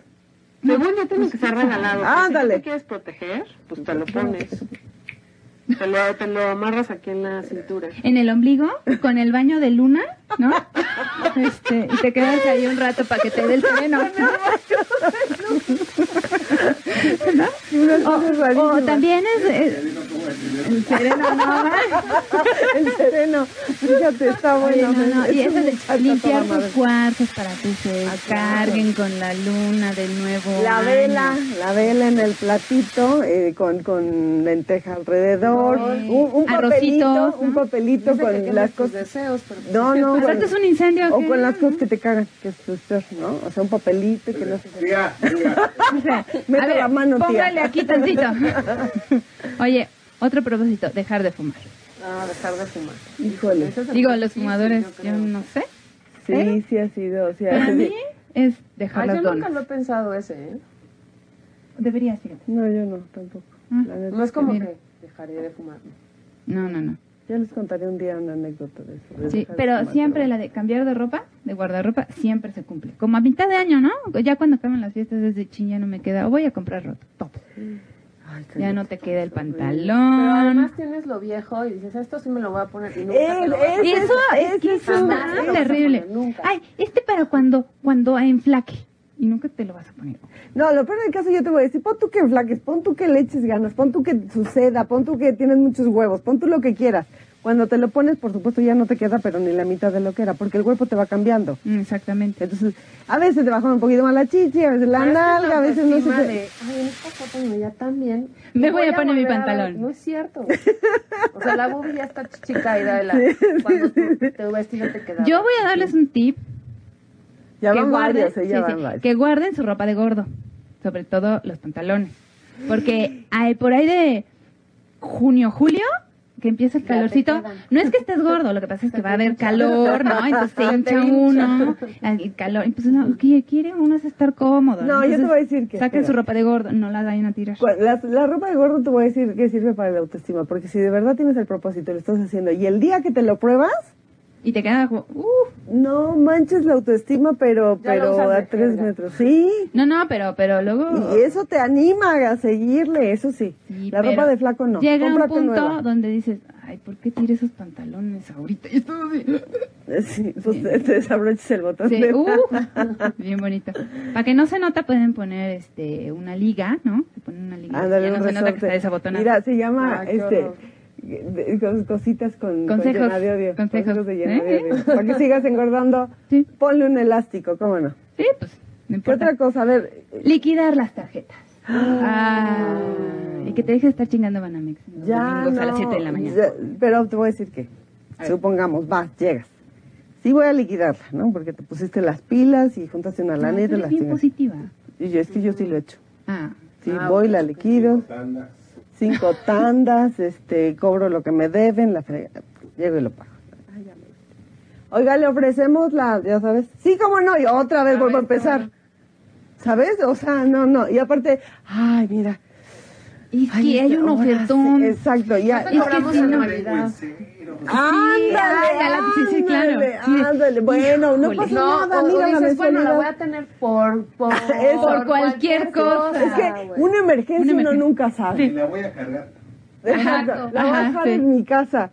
Speaker 7: Pues
Speaker 6: Según yo tiene que ser regalado.
Speaker 2: Ándale.
Speaker 6: Si tú te quieres proteger, pues te lo pones. Te lo, te lo amarras aquí en la cintura.
Speaker 5: en el ombligo con el baño de luna, ¿no? Este, y te quedas ahí un rato para que te dé el freno.
Speaker 2: Unas
Speaker 5: O,
Speaker 2: cosas rarísimas.
Speaker 5: o también es eh, el sereno, no,
Speaker 2: El sereno. Fíjate, está
Speaker 5: Oye,
Speaker 2: bueno.
Speaker 5: no, no, Y
Speaker 2: Eso
Speaker 5: eso
Speaker 2: me
Speaker 5: de
Speaker 2: encanta
Speaker 5: limpiar
Speaker 2: toda
Speaker 5: tus
Speaker 2: madre.
Speaker 5: cuartos para que se
Speaker 2: Ah, claro.
Speaker 5: carguen con la luna de nuevo.
Speaker 2: La
Speaker 5: año.
Speaker 2: vela, la vela en el platito eh, con, con lenteja alrededor,
Speaker 5: Sí.
Speaker 2: un, un papelito,
Speaker 5: Arrocitos,
Speaker 2: un
Speaker 5: ¿no?
Speaker 2: papelito con las
Speaker 7: tus
Speaker 2: cosas.
Speaker 7: deseos, pero
Speaker 2: No, no, con-
Speaker 5: pues, Aparte es un incendio.
Speaker 2: o
Speaker 5: ¿qué?
Speaker 2: con las cosas que te cagan, que es tu ser, ¿no? O sea, un papelito que no se
Speaker 3: Tía, tía,
Speaker 5: O sea,
Speaker 2: Mete
Speaker 5: a ver,
Speaker 2: la mano, tía.
Speaker 5: póngale aquí tantito. Oye, otro propósito, dejar de fumar.
Speaker 7: ah, dejar de fumar.
Speaker 2: Híjole.
Speaker 7: Eso es
Speaker 5: Digo,
Speaker 7: algo
Speaker 5: los
Speaker 7: difícil,
Speaker 5: fumadores,
Speaker 7: yo
Speaker 5: yo
Speaker 7: creo.
Speaker 5: no sé.
Speaker 2: Sí,
Speaker 5: ¿Eh?
Speaker 2: sí ha sido, sí ha
Speaker 5: Para
Speaker 2: sido.
Speaker 5: mí es dejar
Speaker 7: Ay,
Speaker 5: las
Speaker 7: yo nunca
Speaker 5: donas.
Speaker 7: lo he pensado ese, ¿eh?
Speaker 5: Deberías, fíjate.
Speaker 2: No, yo no, tampoco.
Speaker 5: Ah,
Speaker 2: La verdad.
Speaker 7: No es
Speaker 6: Este,
Speaker 7: como
Speaker 5: Mira.
Speaker 7: que dejaré de fumar.
Speaker 5: No, no, no.
Speaker 2: Yo les contaré un día una anécdota de eso. de
Speaker 5: Sí,
Speaker 2: dejar de
Speaker 5: pero
Speaker 2: fumar,
Speaker 5: siempre la de cambiar de ropa, de guardarropa, siempre se cumple. Como a mitad de año, ¿no? Ya cuando acaban las fiestas es de chin, ya no me queda. O voy a comprar ropa.
Speaker 2: Ay,
Speaker 5: Ya no te queda el
Speaker 7: Pero
Speaker 5: pantalón.
Speaker 7: además tienes lo viejo y dices, esto sí me lo voy a poner. Y nunca te lo vas a
Speaker 2: Eh,
Speaker 7: poner.
Speaker 2: ese
Speaker 5: Eso es
Speaker 2: ese
Speaker 5: que
Speaker 2: es
Speaker 5: eso
Speaker 2: un-
Speaker 7: jamás
Speaker 5: es
Speaker 7: lo vas a
Speaker 5: terrible.
Speaker 7: poner, nunca.
Speaker 5: Ay, este para cuando cuando enflaque. Y nunca te lo vas a poner.
Speaker 2: No, lo peor del caso yo te voy a decir, pon tú que enflaques, pon tú que le eches ganas, pon tú que suceda, pon tú que tienes muchos huevos, pon tú lo que quieras. Cuando te lo pones, por supuesto, ya no te queda, pero ni la mitad de lo que era, porque el cuerpo te va cambiando.
Speaker 5: Mm, Exactamente.
Speaker 2: Entonces, a veces te bajan un poquito más la chichi, a veces la
Speaker 7: Pero es que la
Speaker 2: nalga, a veces no sé
Speaker 7: autoestima
Speaker 2: qué.
Speaker 7: de, Ay, en esta foto me veía tan bien.
Speaker 5: Me voy a poner mi
Speaker 7: volver
Speaker 5: pantalón.
Speaker 7: ver- No es cierto. O sea, la boobie ya está chica y de la... Cuando tu, tu vestido te queda.
Speaker 5: Yo voy a darles un tip
Speaker 2: Ya
Speaker 5: que
Speaker 2: van
Speaker 5: guarden,
Speaker 2: varios, eh, ya
Speaker 5: sí,
Speaker 2: van
Speaker 5: sí,
Speaker 2: varios.
Speaker 5: que guarden su ropa de gordo, sobre todo los pantalones, porque hay por ahí de junio, julio que empieza el
Speaker 7: Ya te
Speaker 5: calorcito,
Speaker 7: quedan.
Speaker 5: no es que estés gordo, lo que pasa es que va a haber
Speaker 7: hincha.
Speaker 5: calor, ¿no? Entonces se
Speaker 7: Se te
Speaker 5: hincha
Speaker 7: hincha.
Speaker 5: uno, el calor, entonces no, ¿qué quiere uno es estar cómodo.
Speaker 2: No, yo
Speaker 5: Entonces,
Speaker 2: te voy a decir que-
Speaker 5: saquen su
Speaker 2: espera.
Speaker 5: ropa de gordo, no la vayan a tirar.
Speaker 2: Cu- La, la ropa de gordo te voy a decir que sirve para la autoestima, porque si de verdad tienes el propósito, lo estás haciendo, y el día que te lo pruebas,
Speaker 5: Y te queda como, uh,
Speaker 2: no manches la autoestima, pero,
Speaker 7: Ya lo
Speaker 2: pero
Speaker 7: usas de
Speaker 2: a tres
Speaker 7: jerga.
Speaker 2: metros. Sí,
Speaker 5: no, no, pero pero luego
Speaker 2: Y eso te anima a seguirle, eso sí.
Speaker 5: Oh. Sí,
Speaker 2: la
Speaker 5: pero
Speaker 2: ropa de flaco no.
Speaker 5: Llega un
Speaker 2: Cómprate
Speaker 5: punto
Speaker 2: nueva.
Speaker 5: donde dices, ay, ¿por qué tiré esos pantalones ahorita? Y todo así.
Speaker 2: Sí, pues te- te desabroches el botón.
Speaker 5: Sí,
Speaker 2: de-
Speaker 5: uh, bien bonito. Para que no se nota, pueden poner este una liga, ¿no? Se ponen una liga.
Speaker 2: Ándale,
Speaker 5: ya no
Speaker 2: un
Speaker 5: se nota que
Speaker 2: resorte.
Speaker 5: está desabotonada.
Speaker 2: Mira, se llama
Speaker 7: Ay, Ah, qué
Speaker 2: este
Speaker 7: horror.
Speaker 2: de- cos- cositas con con
Speaker 5: Consejos,
Speaker 2: llena de odio.
Speaker 5: consejos,
Speaker 2: de llena de
Speaker 5: ¿eh?
Speaker 2: odio. Para que sigas engordando,
Speaker 5: Sí.
Speaker 2: ponle un elástico, cómo no.
Speaker 5: Sí, pues, no
Speaker 2: ¿Qué
Speaker 5: importa.
Speaker 2: otra cosa? A ver,
Speaker 5: Liquidar las tarjetas. Ah, y que te dejes de estar chingando Banamex. los
Speaker 2: ya
Speaker 5: domingos
Speaker 2: no,
Speaker 5: a las 7 de la mañana.
Speaker 2: ya- pero te voy a decir que,
Speaker 5: A ver.
Speaker 2: supongamos, vas, llegas. Sí voy a liquidarla, ¿no? Porque te pusiste las pilas y juntaste una
Speaker 5: No, tú
Speaker 2: lana y te
Speaker 5: eres
Speaker 2: las
Speaker 5: bien
Speaker 2: chingas.
Speaker 5: positiva.
Speaker 2: Y yo, es que yo sí lo he hecho.
Speaker 5: Ah,
Speaker 2: Sí, voy, la liquido,
Speaker 3: tandas.
Speaker 2: cinco tandas, este, cobro lo que me deben, la fregada, llego y lo pago. Ay, ya me gustó. Oiga, le ofrecemos la, ya sabes, sí, cómo no, y otra vez vuelvo a empezar. ¿Sabes? O sea, no, no, y aparte, ay, mira.
Speaker 5: y
Speaker 2: ay,
Speaker 5: que hay
Speaker 2: este,
Speaker 5: un
Speaker 2: ahora sí,
Speaker 5: ofertón.
Speaker 2: Exacto, ya.
Speaker 7: Nosotros
Speaker 5: que
Speaker 7: cobramos
Speaker 5: sí,
Speaker 7: en
Speaker 5: no.
Speaker 7: Navidad.
Speaker 2: Ándale,
Speaker 5: ándale, sí, sí, claro.
Speaker 2: ándale,
Speaker 5: Sí.
Speaker 2: ándale. Bueno, no
Speaker 5: Híjole.
Speaker 2: pasa
Speaker 7: No,
Speaker 2: nada,
Speaker 7: o,
Speaker 2: mira
Speaker 7: o
Speaker 2: la
Speaker 7: dices, bueno, la
Speaker 2: mensualidad.
Speaker 7: voy a tener por... Por,
Speaker 2: Eso. Por
Speaker 5: cualquier cosa.
Speaker 2: Es que una emergencia,
Speaker 5: Una emergencia.
Speaker 2: uno nunca sabe.
Speaker 3: Y la voy a cargar.
Speaker 2: Exacto. La voy a
Speaker 5: Ajá,
Speaker 2: dejar
Speaker 5: sí.
Speaker 2: en mi casa.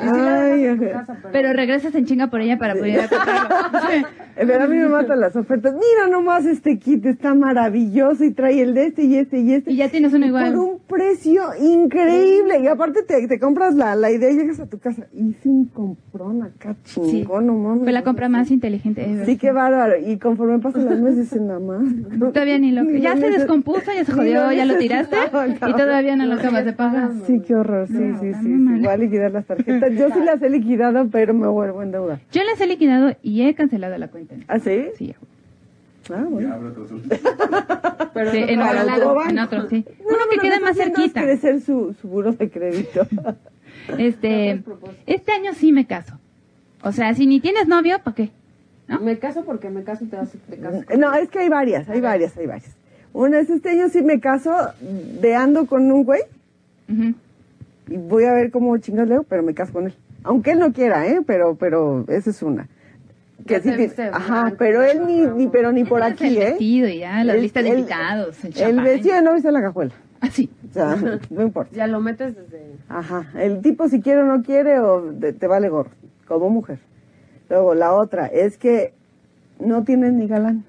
Speaker 2: Ay, ajá.
Speaker 5: Pero regresas en chinga por ella para poder ir a comprarlo. Sí.
Speaker 2: Eh, Pero a mí me matan las ofertas. Mira nomás este kit, está maravilloso y trae el de este y este y este.
Speaker 5: Y ya tienes uno igual.
Speaker 2: Por un precio increíble. Y aparte te, te compras la, la idea y llegas a tu casa. Hice un comprón acá chingón,
Speaker 5: Sí.
Speaker 2: no mames.
Speaker 5: Fue la compra más inteligente. ever.
Speaker 2: Sí, qué bárbaro. Y conforme pasan los meses, dicen, nada más.
Speaker 5: Todavía ni lo... Ya se descompuso, ya se jodió, ya lo tiraste y todavía no lo acabas de pagar.
Speaker 2: Sí, qué horror. Sí,
Speaker 5: No,
Speaker 2: sí,
Speaker 5: está
Speaker 2: sí.
Speaker 5: muy
Speaker 2: sí.
Speaker 5: mal.
Speaker 2: Voy a liquidar las tarjetas. Yo sí las he liquidado, pero me vuelvo en deuda.
Speaker 5: Yo las he liquidado y he cancelado la cuenta.
Speaker 2: ¿Ah, sí?
Speaker 5: Sí,
Speaker 2: Ah, bueno.
Speaker 3: Ya abro tu
Speaker 7: Pero
Speaker 5: Sí,
Speaker 7: no
Speaker 5: en
Speaker 2: para
Speaker 5: otro
Speaker 2: el
Speaker 5: lado,
Speaker 2: autobanco.
Speaker 5: en otro, sí.
Speaker 2: No,
Speaker 5: Uno que
Speaker 2: pero
Speaker 5: queda
Speaker 2: lo
Speaker 5: más
Speaker 2: está haciendo es
Speaker 5: cerquita.
Speaker 2: crecer su, su buro de crédito.
Speaker 5: Este, este año sí me caso. O sea, si ni tienes novio, ¿para qué? ¿no?
Speaker 7: Me caso porque me caso y te, vas- te casas.
Speaker 2: No, es que hay varias, hay varias, hay varias. Una es este año sí me caso de ando con un güey
Speaker 5: Ujú.
Speaker 2: y voy a ver cómo chingados leo, pero me caso con él. Aunque él no quiera, ¿eh? Pero, pero esa es una. Que
Speaker 7: Ya
Speaker 2: sí
Speaker 7: se-
Speaker 2: tiene-
Speaker 7: se-
Speaker 2: ajá,
Speaker 7: no,
Speaker 2: pero él ni,
Speaker 7: no, no.
Speaker 2: ni, pero ni por
Speaker 5: Entonces,
Speaker 2: aquí,
Speaker 5: el
Speaker 2: ¿eh?
Speaker 5: vestido y ya, las
Speaker 2: El-
Speaker 5: listas de
Speaker 2: el-
Speaker 5: invitados, el Ah,
Speaker 2: El
Speaker 5: champán.
Speaker 2: vestido no viste la cajuela.
Speaker 5: Así.
Speaker 2: O sea, no importa.
Speaker 7: Ya lo metes desde.
Speaker 2: Ajá, el tipo si quiere o no quiere o de- te vale gorro, como mujer. Luego, la otra es que no tienes ni galán.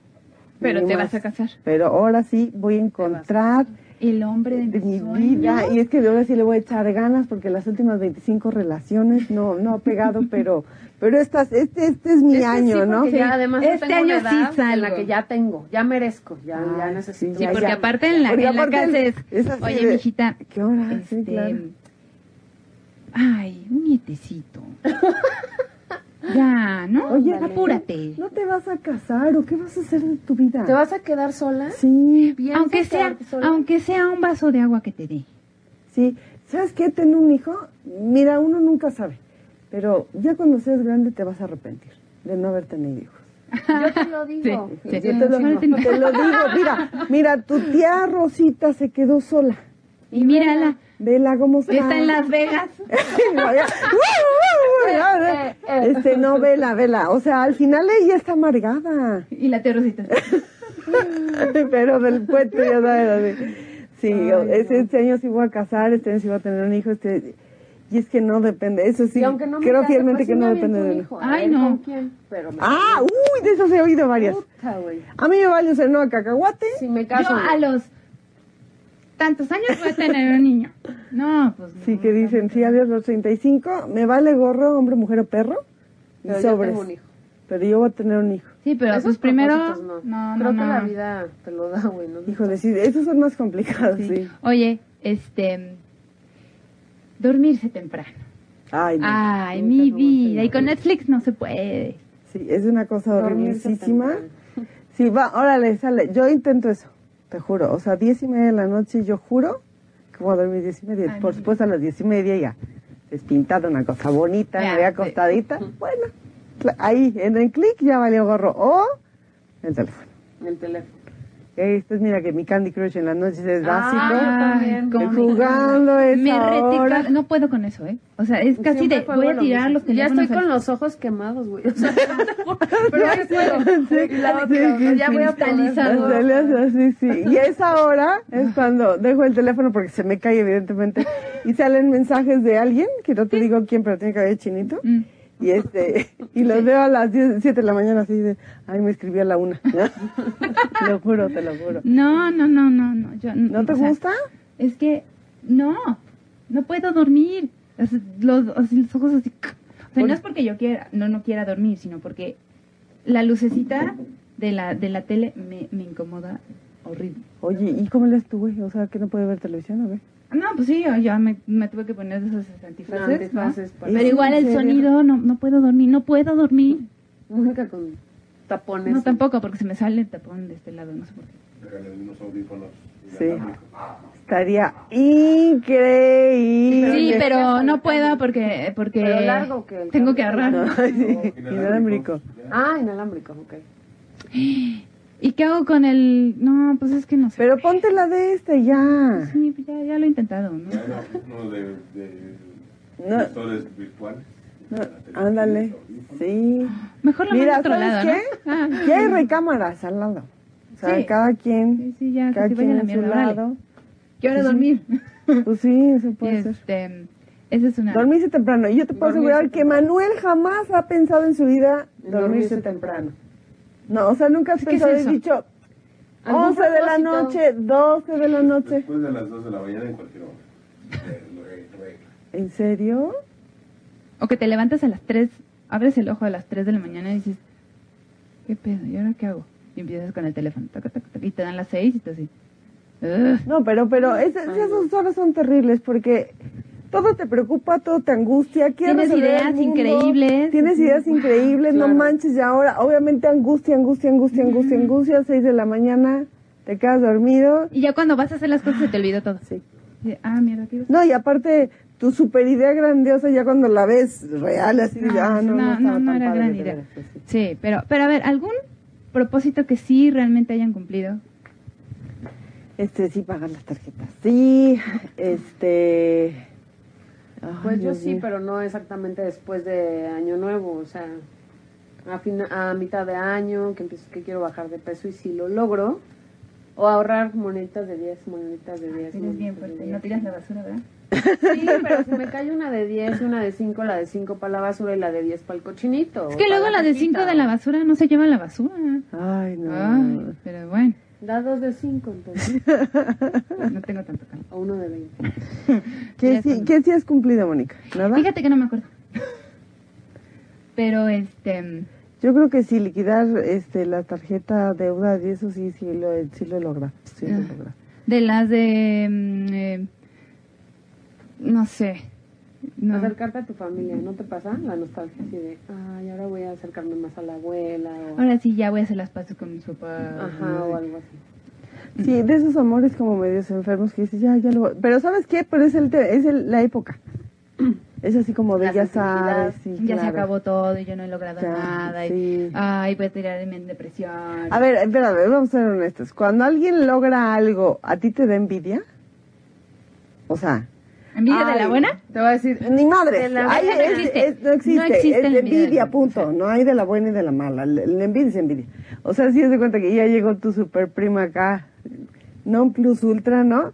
Speaker 5: Pero
Speaker 2: ni
Speaker 5: te
Speaker 2: más.
Speaker 5: vas a casar.
Speaker 2: Pero ahora sí voy a encontrar
Speaker 5: El hombre de,
Speaker 2: de mi
Speaker 5: mis
Speaker 2: vida.
Speaker 5: sueños.
Speaker 2: Y es que ahora sí le voy a echar ganas porque las últimas 25 relaciones no, no ha pegado, pero, pero estas, este, este es mi
Speaker 7: Este sí,
Speaker 2: año, ¿no?
Speaker 7: porque Ya, además,
Speaker 5: Este
Speaker 7: este tengo año
Speaker 5: año sí
Speaker 7: sí en la
Speaker 5: salgo.
Speaker 7: que ya tengo, ya merezco, ya,
Speaker 2: Ay,
Speaker 7: ya necesito.
Speaker 5: Sí,
Speaker 2: Ya,
Speaker 5: porque
Speaker 2: Ah, ya.
Speaker 5: aparte en la,
Speaker 2: Porque
Speaker 5: en la
Speaker 2: aparte
Speaker 5: casa es,
Speaker 2: es así
Speaker 5: oye,
Speaker 2: de-
Speaker 5: mijita,
Speaker 2: ¿Qué hora? Sí,
Speaker 5: este,
Speaker 2: claro.
Speaker 5: ay, un nietecito. ya, ¿no?
Speaker 2: Oye,
Speaker 5: apúrate.
Speaker 2: ¿No te vas a casar o qué vas a hacer en tu vida?
Speaker 7: ¿Te vas a quedar sola?
Speaker 2: Sí,
Speaker 7: ¿Piensas
Speaker 5: aunque sea,
Speaker 7: quedarte sola?
Speaker 5: aunque sea un vaso de agua que te dé.
Speaker 2: Sí, ¿sabes qué? Tener un hijo, mira, uno nunca sabe, pero ya cuando seas grande te vas a arrepentir de no haber tenido hijos.
Speaker 7: Yo te lo digo.
Speaker 5: Sí,
Speaker 2: Yo te lo,
Speaker 5: Suerte, no.
Speaker 2: te lo digo, mira, mira, tu tía Rosita se quedó sola.
Speaker 5: Y mírala,
Speaker 2: Vela cómo está.
Speaker 5: está en Las Vegas. Eh,
Speaker 2: Este, no, vela, vela. O sea, al final ella está amargada.
Speaker 5: Y la terrorcita.
Speaker 2: Pero del puente ya sabes así. Sí, ese, este año sí voy a casar, este año sí voy a tener un hijo, este... Y es que no depende, eso sí,
Speaker 7: Y aunque no me
Speaker 2: creo
Speaker 7: case,
Speaker 2: fielmente
Speaker 7: pues,
Speaker 2: que
Speaker 7: sí
Speaker 2: no
Speaker 7: me
Speaker 2: depende
Speaker 7: aviento
Speaker 2: de
Speaker 7: un
Speaker 2: mí.
Speaker 7: hijo,
Speaker 5: Ay,
Speaker 7: a ver
Speaker 5: no.
Speaker 7: ¿Con quién? Pero me-
Speaker 2: Ah, uy, de esas he oído varias.
Speaker 7: Puta, güey.
Speaker 2: A mí me vale ser nueva cacahuate.
Speaker 7: Si me caso.
Speaker 5: Yo a los tantos años voy a tener un niño. No, pues no.
Speaker 2: Sí, que dicen, sí, adiós los 35, me vale gorro, hombre, mujer o perro. Y
Speaker 7: pero yo
Speaker 2: sobres.
Speaker 7: tengo un hijo.
Speaker 2: Pero yo voy a tener un hijo.
Speaker 5: Sí, pero
Speaker 7: Esos
Speaker 5: pues primero.
Speaker 7: propósitos
Speaker 5: No, no,
Speaker 7: Creo
Speaker 5: no.
Speaker 7: que la vida te lo da, güey. ¿no?
Speaker 2: Híjole, sí, esos son más complicados, sí.
Speaker 5: Sí. Oye, este. Dormirse temprano.
Speaker 2: Ay, no,
Speaker 7: Ah,
Speaker 5: Ay,
Speaker 2: nunca
Speaker 5: mi
Speaker 2: me voy a
Speaker 5: vida. Y
Speaker 2: enterar.
Speaker 5: con Netflix no se puede.
Speaker 2: Sí, es una cosa
Speaker 7: Dormirse
Speaker 2: horriblísima.
Speaker 7: temprano.
Speaker 2: Sí, va, órale, sale. Yo intento eso, te juro. O sea, diez y media de la noche, yo juro que voy a dormir diez y media.
Speaker 5: Ay,
Speaker 2: Por
Speaker 5: mi
Speaker 2: supuesto, a las diez y media ya. Despintada, una cosa bonita,
Speaker 5: Ya,
Speaker 2: me voy
Speaker 5: sí.
Speaker 2: acostadita. Bueno, cla- ahí, en el clic ya valió gorro. O el teléfono.
Speaker 7: El teléfono.
Speaker 2: Este es, mira, que mi Candy Crush en las noches es básico.
Speaker 7: Ah,
Speaker 5: Ay,
Speaker 7: también.
Speaker 5: cómo me
Speaker 2: Jugando
Speaker 5: encanta.
Speaker 2: esa
Speaker 5: Me rete-
Speaker 2: hora.
Speaker 5: No puedo con eso, ¿eh? O sea, es casi
Speaker 7: Siempre
Speaker 5: de.
Speaker 7: fue
Speaker 5: Voy a
Speaker 7: bueno,
Speaker 5: tirar
Speaker 7: güey.
Speaker 5: los
Speaker 7: Ya
Speaker 5: teléfonos.
Speaker 7: estoy
Speaker 5: al-
Speaker 7: con los ojos quemados, güey. O sea, pero ya puedo. Y la
Speaker 2: sí,
Speaker 7: otra,
Speaker 2: sí,
Speaker 7: ya
Speaker 2: sí.
Speaker 7: voy a poder.
Speaker 5: Cristalizado.
Speaker 2: Las peleas así, sí. Y a esa hora es cuando dejo el teléfono porque se me cae, evidentemente. Y salen mensajes de alguien, que no te digo quién, pero tiene cabello chinito.
Speaker 5: Mm.
Speaker 2: Y este, y los veo a las 10, 7 de la mañana así de, ay, me escribí a la una. Te lo juro, te lo juro.
Speaker 5: No, no, no, no, no. Yo,
Speaker 2: ¿No te
Speaker 5: o sea,
Speaker 2: gusta?
Speaker 5: Es que no, no puedo dormir. Es- los, así, los ojos así. O sea, no es porque yo quiera, no, no quiera dormir, sino porque la lucecita de la, de la tele me, me incomoda horrible.
Speaker 2: Oye, ¿y cómo le es tu güey? O sea, que no puede ver televisión, ¿o qué?
Speaker 5: No, pues sí, yo ya me, me tuve que poner de esos antifaces. ¿no?
Speaker 7: Antifaces, para-
Speaker 5: Pero igual
Speaker 2: ¿En
Speaker 5: el
Speaker 2: serio?
Speaker 5: sonido, no, no puedo dormir, no puedo dormir.
Speaker 7: Nunca con
Speaker 2: pues
Speaker 7: tapones.
Speaker 5: No, tampoco, porque se me sale el tapón de este lado, no sé por qué.
Speaker 3: Regalen unos audífonos.
Speaker 2: Sí. Estaría increíble.
Speaker 5: Sí,
Speaker 7: Sí,
Speaker 5: pero
Speaker 7: pero
Speaker 5: no puedo porque, porque
Speaker 7: Pero largo que el
Speaker 5: tengo que
Speaker 7: cable.
Speaker 5: ahorrar.
Speaker 2: Ay, sí, inalámbrico.
Speaker 7: Ah, inalámbrico, ok.
Speaker 5: ¿Y qué hago con el...? No, pues es que no sé.
Speaker 2: Pero ponte la de este ya.
Speaker 5: Sí, pues ya, ya lo he intentado, ¿no?
Speaker 3: No, de, de
Speaker 2: No.
Speaker 3: visores virtuales.
Speaker 2: No, Ah, ándale. Sí.
Speaker 5: Mejor lo mando a
Speaker 2: Mira,
Speaker 5: otro
Speaker 2: ¿sabes
Speaker 5: lado,
Speaker 2: qué?
Speaker 5: ¿no? Ah,
Speaker 2: Ya hay recámaras al lado. O sea,
Speaker 5: Sí.
Speaker 2: cada quien,
Speaker 5: sí, sí, ya,
Speaker 2: cada
Speaker 5: que se
Speaker 2: quien
Speaker 5: vaya a la
Speaker 2: a su
Speaker 5: mierda, órale.
Speaker 2: lado.
Speaker 5: Yo ahora dormir.
Speaker 2: Pues sí, eso puede ser.
Speaker 5: este, esa es una...
Speaker 2: Dormirse temprano. Y yo te puedo
Speaker 7: Dormirse
Speaker 2: asegurar que Manuel jamás ha pensado en su vida
Speaker 7: En
Speaker 2: dormirse
Speaker 7: dormirse
Speaker 2: temprano. No, o sea, nunca has
Speaker 5: ¿Qué es
Speaker 2: pensado, he
Speaker 5: eso?
Speaker 2: dicho,
Speaker 7: ¿Algún
Speaker 2: 11 de la
Speaker 7: propósito?
Speaker 2: noche, 12 de la noche.
Speaker 3: Después de las 2 de la mañana en cualquier hora. Eh, lo- eh, regla.
Speaker 2: ¿En serio?
Speaker 5: O que te levantas a las 3, abres el ojo a las 3 de la mañana y dices, ¿qué pedo? ¿Y ahora qué hago? Y empiezas con el teléfono, taca, taca, taca, y te dan las 6 y tú así... "Ugh".
Speaker 2: No, pero, pero es- es- esas horas son terribles porque todo te preocupa, todo te angustia. quieres
Speaker 5: Tienes
Speaker 2: resolver el
Speaker 5: ideas
Speaker 2: mundo,
Speaker 5: increíbles.
Speaker 2: Tienes ideas increíbles, no
Speaker 7: Claro.
Speaker 2: manches. Y ahora, obviamente, angustia, angustia, angustia, angustia, angustia. Seis de la mañana, te quedas dormido.
Speaker 5: Y ya cuando vas a hacer las cosas se te olvida todo.
Speaker 2: Sí.
Speaker 5: Y, Ah, mierda, ¿qué iba a
Speaker 2: No, y aparte, tu super idea grandiosa, ya cuando la ves real, así,
Speaker 5: No,
Speaker 2: dices, ah, no, no,
Speaker 5: no,
Speaker 2: estaba
Speaker 5: no, no
Speaker 2: tan
Speaker 5: era
Speaker 2: padre,
Speaker 5: gran
Speaker 2: de
Speaker 5: idea.
Speaker 2: veras, pues, sí.
Speaker 5: Sí, pero, pero a ver, ¿algún propósito que sí realmente hayan cumplido?
Speaker 2: Este, sí, pagar las tarjetas. Sí, este. ay,
Speaker 7: Pues yo
Speaker 2: Dios
Speaker 7: sí,
Speaker 2: mío.
Speaker 7: pero no exactamente después de Año Nuevo, o sea, a, fina- a mitad de año, que empiezo que quiero bajar de peso y si lo logro,
Speaker 6: O ahorrar moneditas de 10, moneditas de 10.
Speaker 5: Eres bien
Speaker 6: moneditas
Speaker 5: fuerte.
Speaker 6: de
Speaker 5: No
Speaker 6: 10.
Speaker 5: tiras la basura, ¿verdad?
Speaker 6: Sí, pero si me cae una de 10 y una de 5, la de 5 para la basura y la de 10 para el cochinito.
Speaker 5: Es que luego la de 5 de la basura no se lleva la basura.
Speaker 2: Ay, no.
Speaker 5: Ay, pero bueno,
Speaker 6: Da dos de 5, entonces.
Speaker 5: no tengo tanto calor.
Speaker 6: O uno de 20.
Speaker 2: ¿Qué,
Speaker 5: Ya
Speaker 2: sí,
Speaker 5: son-
Speaker 2: qué sí has cumplido, Mónica? ¿Nada?
Speaker 5: Fíjate que no me acuerdo. Pero este.
Speaker 2: Yo creo que sí, liquidar este, la tarjeta deuda de eso sí, sí lo, sí lo logra. Sí lo
Speaker 5: Ah.
Speaker 2: logra.
Speaker 5: De las de. mm, eh, no sé. No.
Speaker 6: Acercarte a tu familia, ¿no te pasa? La nostalgia así de, ay, ahora voy a acercarme más a la abuela o,
Speaker 5: Ahora sí ya voy a hacer las paces con mis papás.
Speaker 6: Ajá, o algo así.
Speaker 2: Sí, de esos amores como medios enfermos que dices, ya, ya lo voy- Pero ¿sabes qué? Pero es, el te- es el- la época. Es así como de
Speaker 7: La
Speaker 2: ya
Speaker 7: sensibilidad.
Speaker 2: sabes. sí,
Speaker 5: ya se
Speaker 2: claro.
Speaker 5: acabó todo y yo no he logrado
Speaker 2: Ya,
Speaker 5: nada. y,
Speaker 2: sí.
Speaker 5: Ay, voy a tirar en depresión.
Speaker 2: A ver, espérame, vamos a ser honestos. Cuando alguien logra algo, ¿a ti te da envidia? O sea,
Speaker 5: ¿Envidia de
Speaker 2: ay.
Speaker 5: la buena?
Speaker 6: Te va a decir,
Speaker 2: ni madre.
Speaker 6: De la
Speaker 2: Ay,
Speaker 5: buena no
Speaker 2: es-
Speaker 5: existe.
Speaker 2: es- no existe.
Speaker 5: No existe
Speaker 2: es
Speaker 5: la
Speaker 2: de
Speaker 5: envidia.
Speaker 2: envidia, punto. No hay de la buena y de la mala. La la envidia es envidia. O sea, si es de cuenta que ya llegó tu super prima acá, non plus ultra, ¿no?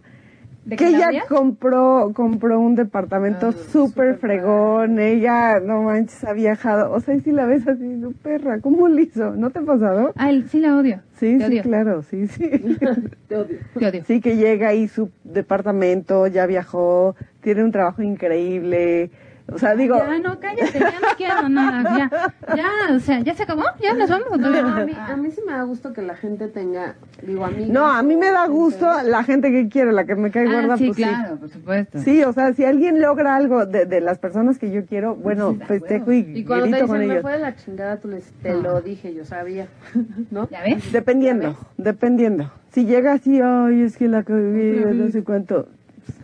Speaker 5: ¿De Ah,
Speaker 2: que
Speaker 5: que la
Speaker 2: ella
Speaker 5: odias?
Speaker 2: compró, compró un departamento súper fregón, ella, no manches, ha viajado. O sea, y si la ves así, no perra, ¿cómo le hizo? ¿No te ha pasado?
Speaker 5: Ay, sí la odio.
Speaker 2: Sí,
Speaker 5: te
Speaker 2: sí,
Speaker 5: odio.
Speaker 2: claro, sí, sí.
Speaker 6: te odio.
Speaker 5: Te odio.
Speaker 2: Sí, que llega ahí su departamento, ya viajó, tiene un trabajo increíble. O sea, digo,
Speaker 5: Ya, no, cállate, ya no quiero nada. Ya, ya, o sea, ya se acabó, ya nos vamos
Speaker 2: Ah,
Speaker 5: a
Speaker 6: No, a, mí, a mí sí me da gusto que la gente tenga, digo, amigas.
Speaker 2: no, a mí me da
Speaker 6: o
Speaker 2: gusto
Speaker 6: gente.
Speaker 2: la gente que quiero, la que me cae gorda,
Speaker 5: Ah, sí,
Speaker 2: pues sí.
Speaker 5: claro, por supuesto.
Speaker 2: Sí, o sea, si alguien logra algo de, de las personas que yo quiero, bueno,
Speaker 5: Sí, de
Speaker 2: festejo
Speaker 5: acuerdo.
Speaker 2: y,
Speaker 6: Y cuando te
Speaker 2: grito con
Speaker 6: dicen, me
Speaker 2: ellos.
Speaker 6: fue de la chingada, tú le dices, te
Speaker 5: Ah.
Speaker 6: lo dije, yo sabía, ¿no?
Speaker 5: ¿Ya ves?
Speaker 2: Dependiendo, dependiendo. Si llega así, ay, es que la que vive, no sé cuánto. pues,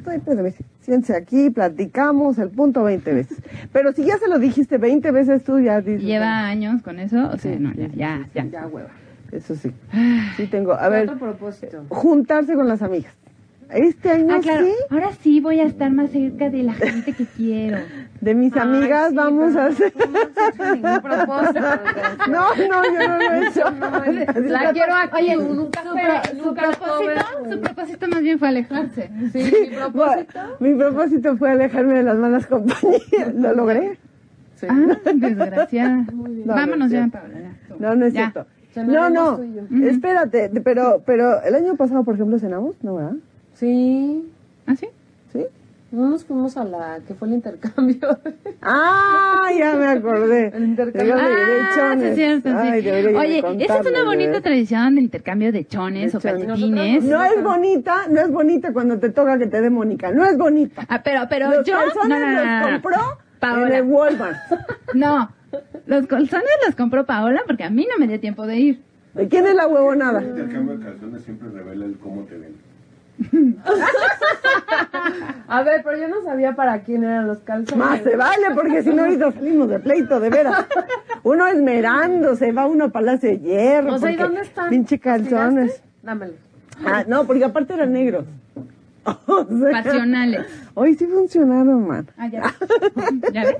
Speaker 2: Ay, espérame, siéntese aquí, platicamos el punto 20 veces. Pero si ya se lo dijiste 20 veces tú, ya dices. "Ah,
Speaker 5: Lleva años con eso, o sea,
Speaker 2: Sí,
Speaker 5: no,
Speaker 2: sí,
Speaker 5: ya,
Speaker 2: sí,
Speaker 5: ya, Ah, ya.
Speaker 6: Ya, hueva.
Speaker 2: Eso sí. Sí tengo. A ver,
Speaker 6: Otro propósito.
Speaker 2: juntarse con las amigas. Este año
Speaker 5: Ah, claro.
Speaker 2: sí,
Speaker 5: Ahora sí voy a estar más cerca de la gente que quiero.
Speaker 2: de mis amigas
Speaker 6: Ay, sí,
Speaker 2: vamos
Speaker 6: pero
Speaker 2: a hacer.
Speaker 6: No hemos hecho ningún propósito. desgraciada.
Speaker 2: No, no, yo no lo he hecho.
Speaker 6: No, es- la quiero
Speaker 2: pues,
Speaker 6: aquí.
Speaker 5: Oye,
Speaker 6: un
Speaker 5: su,
Speaker 6: super-
Speaker 5: su
Speaker 6: super
Speaker 5: propósito,
Speaker 6: joven.
Speaker 5: su propósito más bien fue alejarse.
Speaker 6: Sí, mi propósito.
Speaker 2: Bueno, mi propósito fue alejarme de las malas compañías. ¿Lo logré?
Speaker 6: Sí.
Speaker 5: Ah, desgraciada. Vámonos ya, Paula. ya, tú.
Speaker 2: No, no es
Speaker 5: Ya.
Speaker 2: cierto. No,
Speaker 6: Cenaremos
Speaker 2: no,
Speaker 6: tú y yo.
Speaker 5: Ujú.
Speaker 2: espérate, de- pero, pero el año pasado, por ejemplo, cenamos, ¿no, verdad?
Speaker 6: Sí,
Speaker 5: ¿Ah, sí?
Speaker 2: ¿Sí?
Speaker 6: no nos fuimos a la que fue el intercambio.
Speaker 2: ¡Ah! Ya me acordé.
Speaker 6: El intercambio.
Speaker 2: Yo le diré
Speaker 5: Ah, sí,
Speaker 2: chones.
Speaker 5: es cierto, sí.
Speaker 2: Ay, debería yo
Speaker 5: Oye, esa es
Speaker 2: contarles,
Speaker 5: una bonita
Speaker 2: ¿verdad?
Speaker 5: tradición del intercambio de chones
Speaker 2: De
Speaker 5: o
Speaker 2: chones.
Speaker 5: calcetines.
Speaker 2: No es bonita, no es bonita cuando te toca que te dé Mónica, no es bonita.
Speaker 5: Ah, pero, pero
Speaker 2: los
Speaker 5: yo.
Speaker 2: calzones
Speaker 5: no, no, no, no,
Speaker 2: los
Speaker 5: no.
Speaker 2: compró en
Speaker 5: Paola.
Speaker 2: el Walmart.
Speaker 5: No, los calzones los compró Paola porque a mí no me dio tiempo de ir.
Speaker 2: ¿De quién es la huevonada?
Speaker 3: El intercambio de calzones siempre revela el cómo te ven.
Speaker 6: A ver, pero yo no sabía para quién eran los calzones.
Speaker 2: Más se vale, porque si no ahorita salimos de pleito, de veras. Uno esmerándose, va uno a Palacio de Hierro.
Speaker 6: O sea, ¿y
Speaker 2: porque
Speaker 6: dónde están?
Speaker 2: Pinche calzones.
Speaker 6: ¿Tiraste? Dámelo.
Speaker 2: Ah, no, porque aparte eran negros. O sea,
Speaker 5: Pasionales.
Speaker 2: Hoy sí funcionaron, man.
Speaker 5: Ah, ya ves. ¿Ya ves?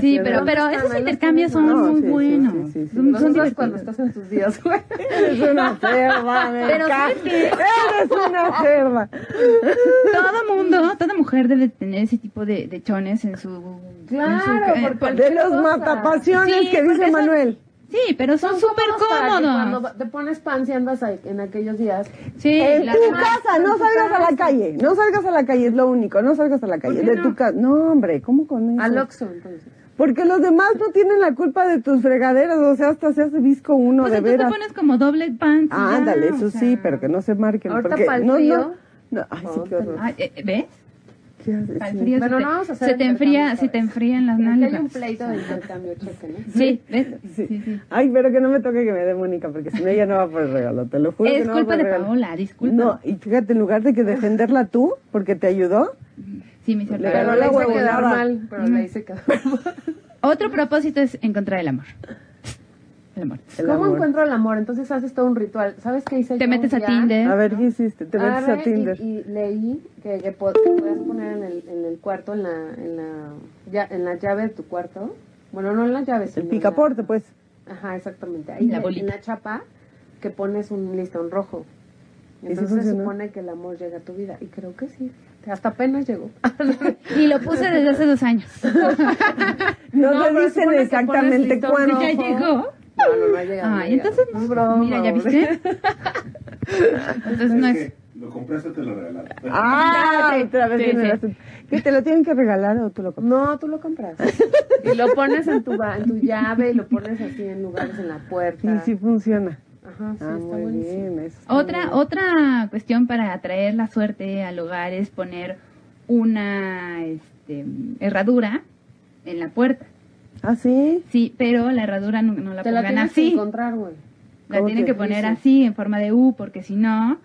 Speaker 5: Sí, pero, pero esos intercambios son
Speaker 2: No,
Speaker 5: muy
Speaker 2: sí, sí,
Speaker 5: buenos.
Speaker 2: sí, sí, sí.
Speaker 5: Son,
Speaker 6: No
Speaker 5: son
Speaker 6: sabes cuando
Speaker 5: divertidos.
Speaker 6: estás en tus días, güey.
Speaker 2: Eres una cerda, me
Speaker 5: Pero
Speaker 2: ca-
Speaker 5: ¿sabes qué?
Speaker 2: Eres una cerda.
Speaker 5: Todo mundo, toda mujer debe tener ese tipo de, de chones en su... en su-
Speaker 6: Claro,
Speaker 5: eh,
Speaker 6: porque-
Speaker 5: por-
Speaker 2: De los
Speaker 6: cosa.
Speaker 2: matapasiones
Speaker 5: Sí,
Speaker 2: que
Speaker 5: porque
Speaker 2: dice
Speaker 5: son-
Speaker 2: Manuel.
Speaker 5: sí, pero son súper
Speaker 6: cómodos para que Cuando
Speaker 5: cómodos.
Speaker 6: te pones pan si andas ahí- en aquellos días.
Speaker 5: Sí,
Speaker 2: En
Speaker 5: la-
Speaker 2: tu casa, no salgas a la calle. No salgas a la calle, es lo único. No salgas a la calle.
Speaker 5: qué
Speaker 2: De
Speaker 5: no?
Speaker 2: tu casa. No, hombre, ¿cómo con eso?
Speaker 6: Al Oxxo, entonces.
Speaker 2: Porque los demás no tienen la culpa de tus fregaderas. O sea, hasta se hace visco uno
Speaker 5: pues
Speaker 2: de
Speaker 5: entonces
Speaker 2: veras.
Speaker 5: te pones como doble pants. y
Speaker 2: Ah,
Speaker 5: ya,
Speaker 2: ándale,
Speaker 5: o
Speaker 2: eso
Speaker 5: sea.
Speaker 2: sí, pero que no se marquen.
Speaker 6: Ahorita
Speaker 2: porque
Speaker 6: pa'l
Speaker 2: no,
Speaker 6: frío.
Speaker 2: no, no, ay, sí, qué horror.
Speaker 5: Ay, eh, ¿Ves?
Speaker 2: ¿Qué haces?
Speaker 5: Al
Speaker 2: Sí.
Speaker 5: frío
Speaker 6: Bueno,
Speaker 5: se te,
Speaker 6: no vamos a hacer
Speaker 5: se te enfría,
Speaker 6: intercambio,
Speaker 5: se te
Speaker 6: ¿sabes?
Speaker 5: enfrían las
Speaker 6: Aquí
Speaker 5: nalgas.
Speaker 6: hay un pleito de intercambio, ¿eh? cheque, ¿no?
Speaker 5: Sí, ¿ves?
Speaker 2: Sí.
Speaker 5: Sí, sí.
Speaker 2: Ay, pero que no me toque que me dé Mónica, porque si no ella no va por el regalo, te lo juro. que
Speaker 5: Es
Speaker 2: no va
Speaker 5: culpa
Speaker 2: por el
Speaker 5: de
Speaker 2: regalo.
Speaker 5: Paola, disculpa.
Speaker 2: No, y fíjate, en lugar de que defenderla tú, porque te ayudó,
Speaker 5: Sí, me hizo el
Speaker 2: Pero
Speaker 5: regalo.
Speaker 6: Pero
Speaker 2: la
Speaker 6: le hice
Speaker 2: huevonada.
Speaker 6: quedar mal. Pero le hice quedar mal.
Speaker 5: Otro propósito es encontrar el amor. El amor.
Speaker 2: el
Speaker 6: ¿Cómo
Speaker 2: amor.
Speaker 6: encuentro el amor? Entonces haces todo un ritual. ¿Sabes qué hice?
Speaker 5: Te
Speaker 6: yo
Speaker 5: metes
Speaker 6: un
Speaker 5: a
Speaker 6: día?
Speaker 5: Tinder.
Speaker 2: A ver, ¿qué hiciste? Te metes
Speaker 6: Agarré
Speaker 2: a Tinder.
Speaker 6: Y, y leí que, que po- que podías poner en el, en el cuarto, en la, en, la, ya- en la llave de tu cuarto. Bueno, no en la llave, sino
Speaker 2: El
Speaker 6: en
Speaker 2: picaporte,
Speaker 6: la-
Speaker 2: pues.
Speaker 6: Ajá, exactamente. Ahí
Speaker 5: La
Speaker 6: en-
Speaker 5: bolita.
Speaker 6: en la chapa que pones un listón rojo.
Speaker 2: ¿Y sí
Speaker 6: Entonces se
Speaker 2: funcionó?
Speaker 6: supone que el amor llega a tu vida. Y creo que sí. Hasta apenas llegó.
Speaker 5: Y lo puse desde hace dos años.
Speaker 2: No,
Speaker 6: No,
Speaker 2: te
Speaker 6: pero
Speaker 2: dicen
Speaker 6: supone que pones
Speaker 2: exactamente
Speaker 6: listón,
Speaker 2: cuándo.
Speaker 5: ya llegó.
Speaker 6: No, no, no ha llegado. no ha
Speaker 5: Ay,
Speaker 6: llegado.
Speaker 5: Ah, entonces,
Speaker 6: Es broma,
Speaker 5: mira, ¿ya
Speaker 6: hombre.
Speaker 5: viste? Entonces no es.
Speaker 3: Lo compraste, te lo regalaron.
Speaker 2: Ah,
Speaker 5: Ya, sí,
Speaker 2: otra vez
Speaker 5: sí,
Speaker 2: viene
Speaker 5: sí.
Speaker 2: el asunto. ¿Que te lo tienen que regalar o tú lo compras?
Speaker 6: No, tú lo compras. Y lo pones en tu, ba- en tu llave y lo pones así en lugares en la
Speaker 2: Sí,
Speaker 6: puerta.
Speaker 2: sí funciona.
Speaker 6: Ajá, sí,
Speaker 2: ah,
Speaker 6: está
Speaker 2: muy
Speaker 6: buenísimo.
Speaker 2: bien. eso está muy
Speaker 5: Otra,
Speaker 2: bien.
Speaker 5: otra cuestión para atraer la suerte al hogar es poner una este, herradura en la puerta.
Speaker 2: ¿Ah, sí?
Speaker 5: Sí, pero la herradura no, no la
Speaker 6: Te la
Speaker 5: pongan
Speaker 6: tienes que
Speaker 5: así.
Speaker 6: encontrar, güey.
Speaker 5: La
Speaker 2: ¿Cómo
Speaker 5: tienen
Speaker 2: que
Speaker 5: que poner
Speaker 2: dice?
Speaker 5: así, en forma de U, porque si no,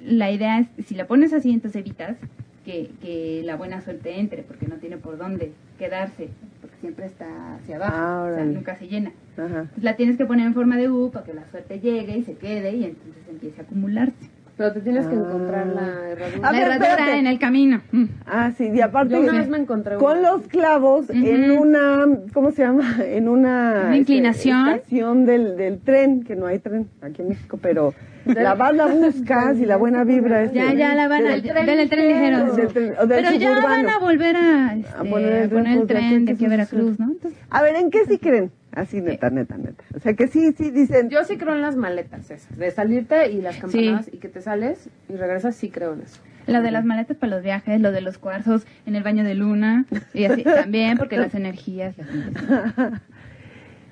Speaker 5: la idea es, si la pones así, entonces evitas que, que la buena suerte entre, porque no tiene por dónde quedarse, porque siempre está hacia abajo,
Speaker 2: Ah,
Speaker 5: o sea,
Speaker 2: órale.
Speaker 5: nunca se llena.
Speaker 2: Ajá.
Speaker 5: Pues la tienes que poner en forma de U para que la suerte llegue y se quede y entonces empiece a acumularse.
Speaker 6: Pero te tienes que
Speaker 2: Ah.
Speaker 6: encontrar la herradura.
Speaker 2: A
Speaker 5: la
Speaker 2: ver,
Speaker 5: herradura
Speaker 2: espérate.
Speaker 5: en el camino. Mm.
Speaker 2: Ah, sí, y aparte...
Speaker 6: Yo una vez me encontré una.
Speaker 2: con los clavos en
Speaker 5: Ujú.
Speaker 2: una, ¿cómo se llama? En una,
Speaker 5: Una inclinación.
Speaker 2: este, estación del, del tren, que no hay tren aquí en México, pero la vas, la buscas y la buena vibra es...
Speaker 5: Ya,
Speaker 2: de-
Speaker 5: ya la van a...
Speaker 2: del-
Speaker 5: del tren, ligero.
Speaker 2: del tren- o del
Speaker 5: Pero ya
Speaker 2: suburbano.
Speaker 5: van a volver a,
Speaker 2: A
Speaker 5: este,
Speaker 2: poner el
Speaker 5: a
Speaker 2: tren,
Speaker 5: poner el
Speaker 2: pues, de aquí
Speaker 5: tren de
Speaker 2: que
Speaker 5: aquí a
Speaker 2: se
Speaker 5: Veracruz,
Speaker 2: suba.
Speaker 5: ¿no? Entonces,
Speaker 2: A ver, ¿en qué sí creen? Así,
Speaker 5: Eh.
Speaker 2: neta, neta, neta. O sea, que sí, sí, dicen...
Speaker 6: Yo sí creo en las maletas esas, de salirte y las campanadas y que te sales y regresas, sí creo en eso.
Speaker 5: Lo de las maletas para los viajes, lo de los cuarzos en el baño de luna y así también porque las energías. las energías.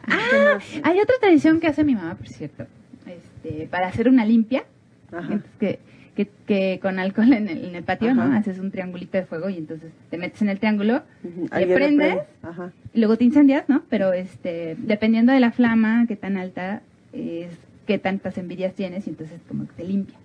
Speaker 5: ah, hay otra tradición que hace mi mamá, por cierto, este, para hacer una limpia,
Speaker 2: Ajá.
Speaker 5: entonces que, que, que con alcohol en el, en el patio, ¿no?
Speaker 2: Ajá.
Speaker 5: Haces un triangulito de fuego y entonces te metes en el triángulo,
Speaker 2: Ahí viene
Speaker 5: le
Speaker 2: el
Speaker 5: prendes
Speaker 2: tren. Ajá.
Speaker 5: y luego te incendias, ¿no? Pero este, dependiendo de la flama, qué tan alta es, qué tantas envidias tienes y entonces como que te limpia.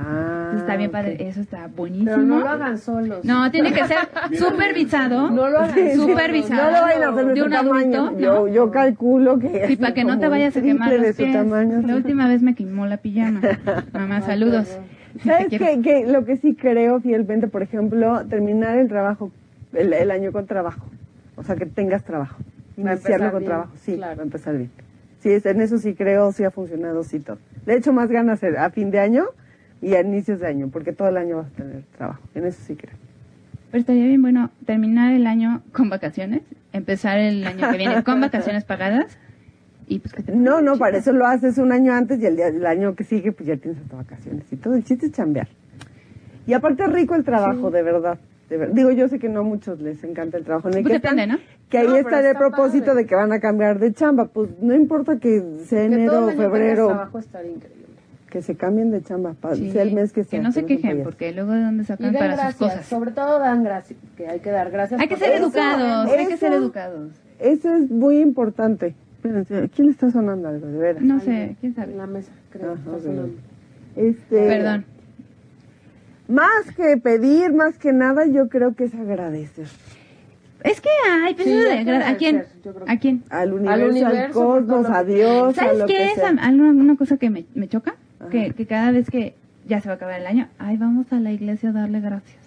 Speaker 2: Ah,
Speaker 5: Entonces está bien
Speaker 2: ok.
Speaker 5: padre, eso está buenísimo.
Speaker 6: Pero no lo hagan solos.
Speaker 5: No, tiene que ser supervisado.
Speaker 6: No lo hagan
Speaker 2: Sí, sí.
Speaker 5: supervisado.
Speaker 2: No lo vayan a hacer de,
Speaker 5: de
Speaker 2: su
Speaker 5: un
Speaker 2: tamaño.
Speaker 5: adulto.
Speaker 2: Yo,
Speaker 5: ¿no?
Speaker 2: yo calculo que...
Speaker 5: Sí, para que no
Speaker 2: como
Speaker 5: te
Speaker 2: el
Speaker 5: vayas a
Speaker 2: triple
Speaker 5: quemar los
Speaker 2: de su
Speaker 5: pies.
Speaker 2: tamaño.
Speaker 5: La
Speaker 2: sí.
Speaker 5: última vez me quemó la pijama. Mamá, saludos.
Speaker 2: ¿Sabes
Speaker 5: Te
Speaker 2: qué?
Speaker 5: quiero.
Speaker 2: Que lo que sí creo fielmente, por ejemplo, terminar el trabajo, el, el año con trabajo. O sea, que tengas trabajo.
Speaker 6: Va a
Speaker 2: Iniciarlo
Speaker 6: empezar
Speaker 2: con
Speaker 6: bien,
Speaker 2: trabajo. Sí,
Speaker 6: claro.
Speaker 2: va a empezar bien. Sí, es- en eso sí creo, sí ha funcionado, sí todo. Le echo más ganas eh, a a fin de año y a inicios de año, porque todo el año vas a tener trabajo. En eso sí creo.
Speaker 5: Pero estaría bien bueno terminar el año con vacaciones, empezar el año que viene con vacaciones pagadas y pues que te
Speaker 2: No, no, para eso lo haces un año antes y el, día- el año que sigue, pues ya tienes hasta vacaciones y todo. El chiste es chambear. Y aparte es rico el trabajo, de verdad. de ver- Digo, yo sé que no a muchos les encanta el trabajo. en el
Speaker 5: Pues
Speaker 2: que
Speaker 5: depende,
Speaker 2: están,
Speaker 5: ¿no?
Speaker 2: Que ahí
Speaker 6: No, pero
Speaker 2: está el
Speaker 6: está
Speaker 2: propósito
Speaker 6: padre.
Speaker 2: de que van a cambiar de chamba. Pues no importa que
Speaker 6: Que
Speaker 2: sea enero
Speaker 6: todo el
Speaker 2: o
Speaker 6: año tengas
Speaker 2: febrero,
Speaker 6: trabajo estaría increíble.
Speaker 2: que se cambien de chamba, pa-
Speaker 5: Sí,
Speaker 2: sea el mes que
Speaker 5: que
Speaker 2: sea.
Speaker 5: no se
Speaker 2: sean
Speaker 5: quejen,
Speaker 2: payasos.
Speaker 5: porque luego de dónde
Speaker 6: Y den
Speaker 5: sacan para
Speaker 6: gracias,
Speaker 5: sus cosas.
Speaker 6: sobre todo dan gracias, que hay que dar gracias.
Speaker 5: Hay que
Speaker 6: por
Speaker 5: ser
Speaker 6: todo.
Speaker 5: educados, hay que ser
Speaker 2: eso-
Speaker 5: educados.
Speaker 2: Eso es muy importante. Espérense, ¿a quién le está sonando algo? De veras.
Speaker 5: No sé, quién sabe.
Speaker 6: En la mesa, creo.
Speaker 2: Ajá,
Speaker 6: está
Speaker 2: ok.
Speaker 6: sonando.
Speaker 2: Este,
Speaker 5: Perdón.
Speaker 2: Más que pedir, más que nada, yo creo que es agradecer.
Speaker 5: Es que ay, pues
Speaker 6: Sí,
Speaker 5: eso
Speaker 6: hay
Speaker 5: de
Speaker 6: que
Speaker 5: gra- ¿a quién?
Speaker 6: agradecer, yo creo que-
Speaker 5: ¿A quién?
Speaker 2: al universo, al,
Speaker 6: universo, por todo
Speaker 2: cosmos,
Speaker 6: lo que-
Speaker 2: a Dios, a
Speaker 5: ¿Sabes
Speaker 2: lo que
Speaker 5: qué es
Speaker 2: sea.
Speaker 5: am- alguna una cosa que me, me choca?
Speaker 2: eh. Ajá.
Speaker 5: Que, que cada vez que ya se va a acabar el año, ay, vamos a la iglesia a darle gracias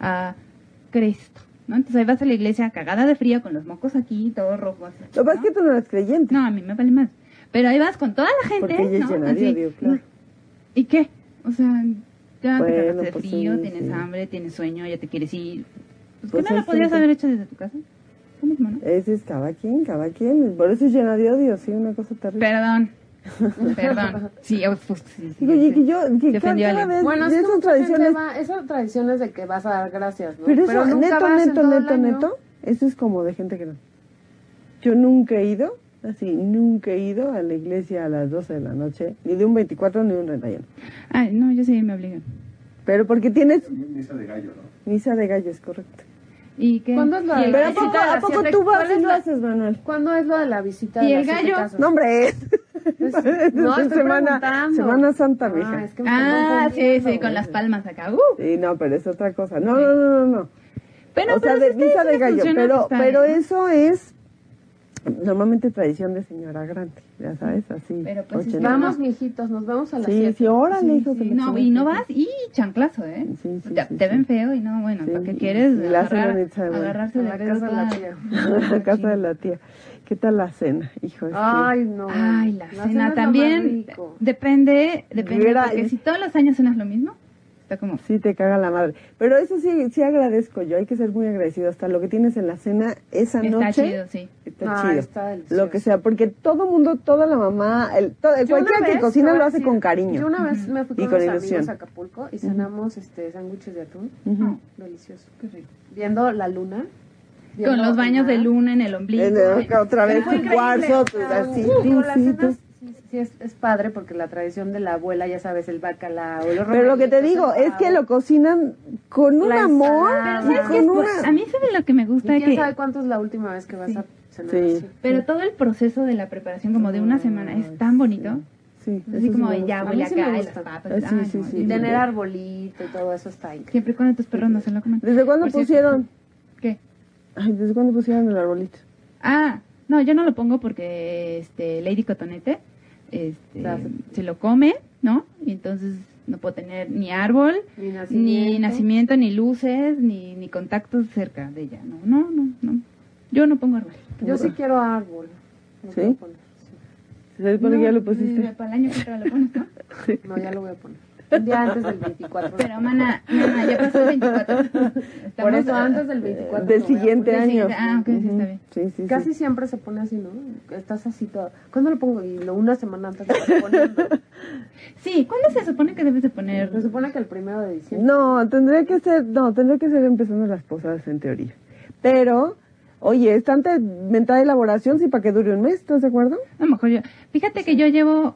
Speaker 5: a Cristo. ¿no? Entonces ahí vas a la iglesia cagada de frío, con los mocos aquí, todo rojo. así,
Speaker 2: Lo que pasa es que tú no eres creyente,
Speaker 5: No, a mí me vale más. Pero ahí vas con toda la gente.
Speaker 2: porque ella es
Speaker 5: ¿no?
Speaker 2: llenaria,
Speaker 5: Así.
Speaker 2: digo, claro.
Speaker 5: ¿Y qué? O sea, ya
Speaker 2: Bueno,
Speaker 5: te cagaste de
Speaker 2: pues
Speaker 5: frío,
Speaker 2: sí,
Speaker 5: tienes
Speaker 2: sí.
Speaker 5: hambre, tienes sueño, ya te quieres ir. Pues,
Speaker 2: Pues
Speaker 5: que no lo
Speaker 2: sí,
Speaker 5: podrías
Speaker 2: sí.
Speaker 5: haber hecho desde tu casa. Lo mismo, ¿no?
Speaker 2: Ese es cada quien, cada quien. Por eso es llena de odio, sí, una cosa terrible.
Speaker 5: Perdón. Perdón. Sí, oh, pues, sí, sí,
Speaker 2: Digo, oye,
Speaker 5: sí.
Speaker 2: que yo, que cada
Speaker 5: Se ofendió
Speaker 2: cada
Speaker 5: alguien.
Speaker 2: vez,
Speaker 6: Bueno,
Speaker 2: de
Speaker 6: es que
Speaker 2: esas
Speaker 6: mucha gente
Speaker 2: tradiciones,
Speaker 6: va- esas tradiciones de que vas a dar gracias, ¿no?
Speaker 2: pero eso,
Speaker 6: nunca
Speaker 2: neto,
Speaker 6: vas en
Speaker 2: neto,
Speaker 6: todo el
Speaker 2: neto,
Speaker 6: año.
Speaker 2: neto, eso es como de gente que no. Yo nunca he ido, así, nunca he ido a la iglesia a las 12 de la noche, ni de un 24 ni de un 31.
Speaker 5: Ay, no, yo sí me obligan.
Speaker 2: Pero porque tienes
Speaker 3: Misa de gallo, ¿no?
Speaker 2: misa de gallos, correcto.
Speaker 5: ¿Y qué?
Speaker 6: ¿Cuándo es la-
Speaker 5: ¿Y el,
Speaker 2: Pero ¿a
Speaker 6: Pero
Speaker 2: poco,
Speaker 5: gallo?
Speaker 6: visita de
Speaker 2: a
Speaker 6: la
Speaker 2: poco
Speaker 6: siete-
Speaker 2: tú vas
Speaker 6: ¿cuál es
Speaker 2: y lo
Speaker 6: la-
Speaker 2: haces, Manuel?
Speaker 6: ¿Cuándo es lo de la visita
Speaker 5: ¿Y
Speaker 6: de las
Speaker 5: el
Speaker 6: siete
Speaker 5: gallo?
Speaker 6: casas?
Speaker 2: No, pues, hombre, es.
Speaker 6: Es- no, estoy
Speaker 2: semana,
Speaker 6: preguntando.
Speaker 2: semana Santa, mija.
Speaker 6: Ah, es que me
Speaker 5: Ah,
Speaker 6: estoy
Speaker 5: sí,
Speaker 6: confundiendo,
Speaker 5: sí, con
Speaker 6: güey.
Speaker 5: las palmas acá. Uh.
Speaker 2: Sí, no, pero es otra cosa. No, no, no, no. no.
Speaker 5: Pero,
Speaker 2: o sea,
Speaker 5: pero
Speaker 2: de
Speaker 5: si ustedes
Speaker 2: misa
Speaker 5: sí
Speaker 2: de
Speaker 5: les
Speaker 2: gallo.
Speaker 5: funciona,
Speaker 2: Pero,
Speaker 5: está
Speaker 2: pero
Speaker 5: bien, ¿no?
Speaker 2: eso es normalmente tradición de señora grande, ya sabes, así.
Speaker 5: Pero, pues,
Speaker 2: ochenta.
Speaker 6: Vamos, mijitos, nos vemos a las
Speaker 2: Sí,
Speaker 6: siete.
Speaker 2: sí, órale, hijo. que
Speaker 5: Sí,
Speaker 2: la
Speaker 5: no,
Speaker 2: chingada.
Speaker 5: y no vas y chanclazo, ¿eh?
Speaker 2: Sí, sí,
Speaker 5: Ya,
Speaker 2: sí,
Speaker 5: te
Speaker 2: sí.
Speaker 5: ven feo y no, bueno,
Speaker 2: Sí,
Speaker 5: ¿para qué
Speaker 2: y-
Speaker 5: quieres
Speaker 2: y la hacen
Speaker 5: agarrar-
Speaker 2: bonita, bueno.
Speaker 5: agarrarse
Speaker 6: A
Speaker 5: de
Speaker 6: la
Speaker 5: dedo
Speaker 6: casa de la
Speaker 5: toda-
Speaker 6: tía.
Speaker 2: A la casa de la tía. ¿Qué tal la cena? Hijo, es que-
Speaker 6: Ay, no.
Speaker 5: Ay, la,
Speaker 6: cena es
Speaker 5: cena
Speaker 6: lo
Speaker 5: también
Speaker 6: más rico.
Speaker 5: depende, depende,
Speaker 2: Mira,
Speaker 5: porque
Speaker 2: es-
Speaker 5: si todos los años cenas lo mismo, está como...
Speaker 2: Sí, te caga la madre. Pero eso sí, sí agradezco yo. Hay que ser muy agradecido. Hasta lo que tienes en la cena esa
Speaker 5: Está
Speaker 2: noche.
Speaker 5: chido, sí.
Speaker 2: Está
Speaker 6: Ah,
Speaker 2: chido.
Speaker 6: está delicioso.
Speaker 2: lo que sea, porque todo mundo, toda la mamá, el, todo-
Speaker 6: Yo una
Speaker 2: cualquiera que
Speaker 6: vez,
Speaker 2: cocina
Speaker 6: te voy
Speaker 2: lo
Speaker 6: a
Speaker 2: hace
Speaker 6: decir,
Speaker 2: con cariño.
Speaker 6: Yo una vez me fui
Speaker 2: Y
Speaker 6: con,
Speaker 2: con
Speaker 6: unos
Speaker 2: ilusión.
Speaker 6: amigos a Acapulco y cenamos este sándwiches de atún.
Speaker 2: Ujú.
Speaker 5: No.
Speaker 6: Delicioso.
Speaker 5: Qué rico.
Speaker 6: Viendo la luna.
Speaker 5: Con los baños de luna en el ombligo.
Speaker 2: En
Speaker 5: Ay,
Speaker 2: el- otra vez tu
Speaker 5: fue increíble.
Speaker 2: cuarzo, pues, tus
Speaker 6: Con las cenas,
Speaker 2: aceititos.
Speaker 6: sí, sí, sí, es, es padre porque la tradición de la abuela, ya sabes, el bacalao, los
Speaker 2: Pero lo que te
Speaker 6: romeritos,
Speaker 2: digo
Speaker 6: el
Speaker 2: es que
Speaker 6: pavo.
Speaker 2: lo cocinan con un
Speaker 6: La
Speaker 2: amor.
Speaker 6: ensalada.
Speaker 5: Pero ¿sabes
Speaker 2: y
Speaker 5: qué?
Speaker 2: con
Speaker 5: Pues,
Speaker 2: una-
Speaker 5: a mí sabe lo que me
Speaker 6: Y
Speaker 5: gusta
Speaker 6: quién
Speaker 5: que
Speaker 6: sabe cuánto es la última vez que vas a cenar
Speaker 2: Sí.
Speaker 6: así.
Speaker 5: pero todo el proceso de la preparación como de una semana es tan bonito.
Speaker 2: Sí, Ah, eso
Speaker 5: Así
Speaker 2: sí
Speaker 5: como
Speaker 2: me gusta.
Speaker 5: ya
Speaker 6: A mí
Speaker 5: huele
Speaker 6: sí me
Speaker 5: acá, y las
Speaker 6: gusta.
Speaker 5: papas.
Speaker 2: Ah, sí,
Speaker 5: ay,
Speaker 2: sí,
Speaker 5: no,
Speaker 2: sí.
Speaker 5: y-
Speaker 6: Y tener arbolito y todo eso está increíble.
Speaker 5: Siempre y cuando tus perros no se lo comen.
Speaker 2: ¿Desde cuándo
Speaker 5: Por cierto,
Speaker 2: pusieron?
Speaker 5: ¿Qué?
Speaker 2: Ay, ¿desde cuándo pusieron el arbolito?
Speaker 5: Ah, no, yo no lo pongo porque este Lady Cotonete este,
Speaker 6: La hace.
Speaker 5: se lo come, ¿no? Y entonces no puedo tener ni árbol,
Speaker 6: Ni
Speaker 5: ni nacimiento, ni luces, ni, ni contactos cerca de ella. No, no, no, no. Yo no pongo árbol.
Speaker 6: Yo sí quiero árbol. Lo
Speaker 2: ¿Sí?
Speaker 6: quiero poner, sí.
Speaker 2: ¿Se supone que ya lo pusiste?
Speaker 5: mm, Para el año que entra lo pones, ¿no?
Speaker 6: No, ya lo voy a poner. Un día antes del 24.
Speaker 5: Pero, mana, mana, ya pasó el 24. Estamos-
Speaker 6: Por eso antes del 24.
Speaker 2: Del
Speaker 6: lo voy a
Speaker 2: siguiente
Speaker 5: Del
Speaker 2: año.
Speaker 5: siguiente- ah, ok, sí, está
Speaker 2: Ujú.
Speaker 5: bien.
Speaker 2: Sí, sí, sí.
Speaker 6: poner. Casi siempre se pone así, ¿no? Estás así todo. ¿Cuándo lo pongo? Y lo una semana antes de ponerlo.
Speaker 5: Sí, ¿cuándo se supone que debes de poner?
Speaker 6: Se supone que el primero de diciembre.
Speaker 2: No, tendría que ser, no, tendría que ser empezando las posadas en teoría. Pero, oye, es tanta mentada elaboración, sí, para que dure un mes, ¿estás de acuerdo?
Speaker 5: A lo mejor yo. Fíjate que yo llevo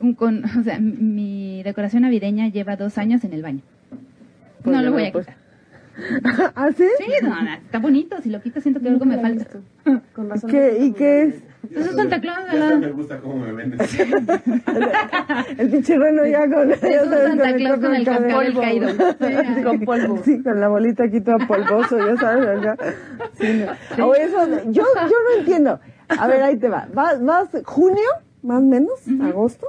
Speaker 5: un con, o sea, mi decoración navideña lleva dos años en el baño.
Speaker 2: Pues
Speaker 5: no
Speaker 2: ya
Speaker 5: lo voy
Speaker 2: no,
Speaker 5: a
Speaker 2: pues.
Speaker 5: quitar.
Speaker 2: ¿Ah, sí?
Speaker 5: Sí, no, no, está bonito. Si lo quito siento que algo me
Speaker 6: Nunca lo he
Speaker 5: falta.
Speaker 6: visto. Con razón.
Speaker 2: ¿Qué-
Speaker 6: no
Speaker 2: y
Speaker 6: tengo
Speaker 2: qué
Speaker 6: idea.
Speaker 2: Pues es?
Speaker 5: Eso
Speaker 3: Ya
Speaker 5: es
Speaker 3: hasta
Speaker 5: Santa
Speaker 3: me-
Speaker 5: Claus,
Speaker 3: ya hasta
Speaker 5: ¿verdad?
Speaker 3: me gusta cómo me vendes.
Speaker 2: El pinche reno ya con... ya
Speaker 5: Es un
Speaker 2: sabes,
Speaker 5: Santa Claus con el cascabel
Speaker 2: cabello.
Speaker 5: caído.
Speaker 6: Sí, con polvo.
Speaker 2: Sí, con la bolita aquí toda polvoso, ya sabes, acá. Sí, no. O eso, yo, yo no entiendo. A ver, ahí te va. Vas, vas junio, más o menos, agosto,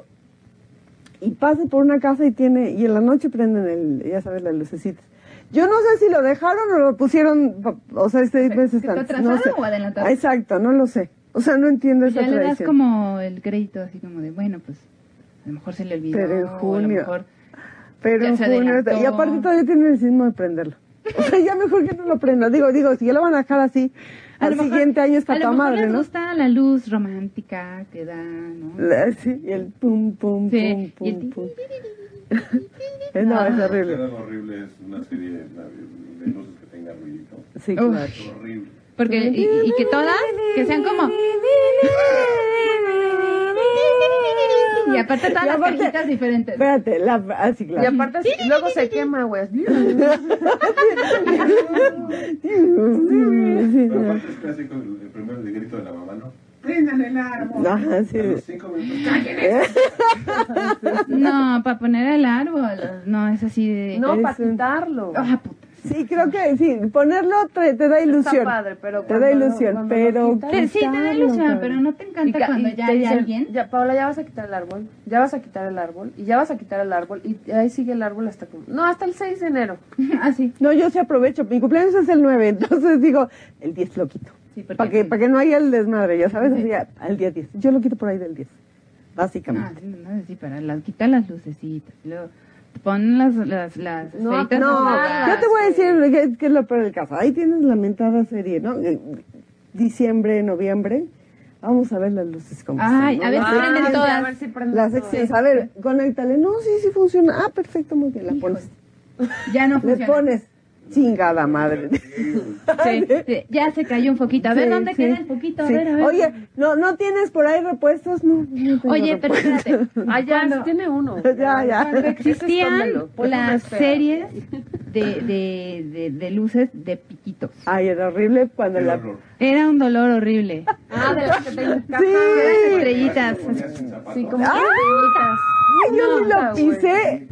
Speaker 2: y pase por una casa y tiene, y en la noche prenden el, ya sabes, las lucecitas. Yo no sé si lo dejaron o lo pusieron, pa- o sea, seis meses
Speaker 5: ¿Está
Speaker 2: antes.
Speaker 5: atrasado
Speaker 2: no sé.
Speaker 5: o adelantado?
Speaker 2: Ah, Exacto, no lo sé. O sea, no entiendo esa
Speaker 5: Ya le das
Speaker 2: tradición.
Speaker 5: como el crédito así como de, bueno, pues a lo mejor se le olvidó.
Speaker 2: Pero en
Speaker 5: O a lo
Speaker 2: junio.
Speaker 5: mejor...
Speaker 2: Pero
Speaker 5: Ya
Speaker 2: en
Speaker 5: se
Speaker 2: junio,
Speaker 5: adelantó.
Speaker 2: y aparte todavía tienen el sismo de prenderlo. O sea, ya mejor que no lo prenda. Digo, digo, si ya lo van a dejar así,
Speaker 5: a
Speaker 2: al
Speaker 5: lo mejor-
Speaker 2: siguiente año está
Speaker 5: A lo
Speaker 2: tu
Speaker 5: mejor
Speaker 2: madre,
Speaker 5: les
Speaker 2: ¿no? Eh,
Speaker 5: gusta la luz romántica que da, ¿no?
Speaker 2: La- sí, y el pum, pum,
Speaker 5: Sí, y
Speaker 2: pum, pum,
Speaker 5: el
Speaker 2: pum. Eh, no, es horrible.
Speaker 3: Quedan horribles una serie de, de luces que tenga ruidito.
Speaker 2: Sí,
Speaker 5: Uf.
Speaker 2: claro.
Speaker 3: Horrible.
Speaker 5: Porque, y, y
Speaker 2: eh,
Speaker 5: que todas, que sean como. Y aparte todas
Speaker 2: Y
Speaker 5: las
Speaker 2: aparte-
Speaker 5: caritas diferentes.
Speaker 2: Espérate, la, así,
Speaker 6: Y
Speaker 2: claro.
Speaker 6: aparte, si- luego se quema, güey.
Speaker 2: Sí,
Speaker 3: Pero aparte es clásico el, el primero de grito de la mamá, ¿no? ¡Prendan el árbol!
Speaker 2: Ajá, sí.
Speaker 3: A los cinco minutos, ¡cállense!
Speaker 5: No, para poner el árbol. No, es así de. eh,
Speaker 6: No,
Speaker 2: Es
Speaker 6: para
Speaker 2: un-
Speaker 6: quitarlo.
Speaker 5: Ah, puta.
Speaker 2: Sí, creo que sí, ponerlo te, te da ilusión.
Speaker 6: Está padre, pero
Speaker 2: Te
Speaker 6: cuando
Speaker 2: da
Speaker 6: lo-
Speaker 2: ilusión,
Speaker 6: cuando lo
Speaker 2: pero...
Speaker 6: quitas-
Speaker 5: Te- sí, te da ilusión,
Speaker 2: quitarlo,
Speaker 5: pero no te encanta
Speaker 6: ca-
Speaker 5: cuando
Speaker 6: y
Speaker 5: ya
Speaker 6: te
Speaker 5: hay
Speaker 6: dicen,
Speaker 5: alguien.
Speaker 6: Ya, Paola, ya vas a quitar el árbol, ya vas a quitar el árbol, y ya vas a quitar el árbol, y ahí sigue el árbol hasta como... No, hasta el 6 de enero.
Speaker 5: Así.
Speaker 2: No, yo sí aprovecho. Mi cumpleaños es el 9, entonces digo, el 10 lo quito.
Speaker 5: Sí, porque-
Speaker 2: para que, para que no haya el desmadre, ya sabes,
Speaker 5: Sí.
Speaker 2: así, a- al día 10. Yo lo quito por ahí del 10,
Speaker 5: No,
Speaker 2: básicamente.
Speaker 5: no, no, Ah, sí, para las, quita las lucecitas. Luego, pon las. las, las
Speaker 6: No,
Speaker 5: esferitas
Speaker 2: No,
Speaker 5: en su
Speaker 6: Ah,
Speaker 2: yo
Speaker 5: lugar.
Speaker 2: te voy a decir que, es lo peor del caso. Ahí tienes la mentada serie, ¿no? Eh, Diciembre, noviembre. Vamos a ver las luces como
Speaker 5: Ay,
Speaker 2: están,
Speaker 5: a
Speaker 2: ¿no?
Speaker 5: ver si
Speaker 2: Las-
Speaker 5: prenden
Speaker 6: sí,
Speaker 5: todas.
Speaker 6: a ver si prenden
Speaker 2: Las
Speaker 6: todas.
Speaker 2: extensas. A ver, conéctale. No, sí, sí funciona. Ah, perfecto, muy bien. La pones.
Speaker 5: Ya no funciona.
Speaker 2: Le pones chingada madre.
Speaker 5: Sí, sí, ya se cayó un foquito. A ver
Speaker 2: Sí,
Speaker 5: dónde
Speaker 2: sí,
Speaker 5: queda el foquito. A
Speaker 2: sí.
Speaker 5: ver, a ver.
Speaker 2: Oye, ¿no, ¿no tienes por ahí repuestos? No, no tengo
Speaker 5: Oye, pero
Speaker 2: repuestos.
Speaker 5: espérate.
Speaker 6: Allá
Speaker 5: Cuando-
Speaker 6: tiene uno.
Speaker 2: Ah, ya,
Speaker 5: Cuando
Speaker 2: ya.
Speaker 5: existían
Speaker 6: escóndelo, ponle una
Speaker 5: las
Speaker 6: esfera.
Speaker 5: series de, de, de, de luces de piquitos.
Speaker 2: Ay, era horrible cuando
Speaker 3: ¡Qué
Speaker 2: la...
Speaker 3: horror!
Speaker 5: Era un dolor horrible.
Speaker 6: Ah, de las que te encajan.
Speaker 5: Las
Speaker 2: Sí.
Speaker 5: estrellitas.
Speaker 3: Ponías el zapato.
Speaker 6: Sí, como que pequeñitas.
Speaker 2: Ay, yo sí
Speaker 6: No,
Speaker 2: lo pisé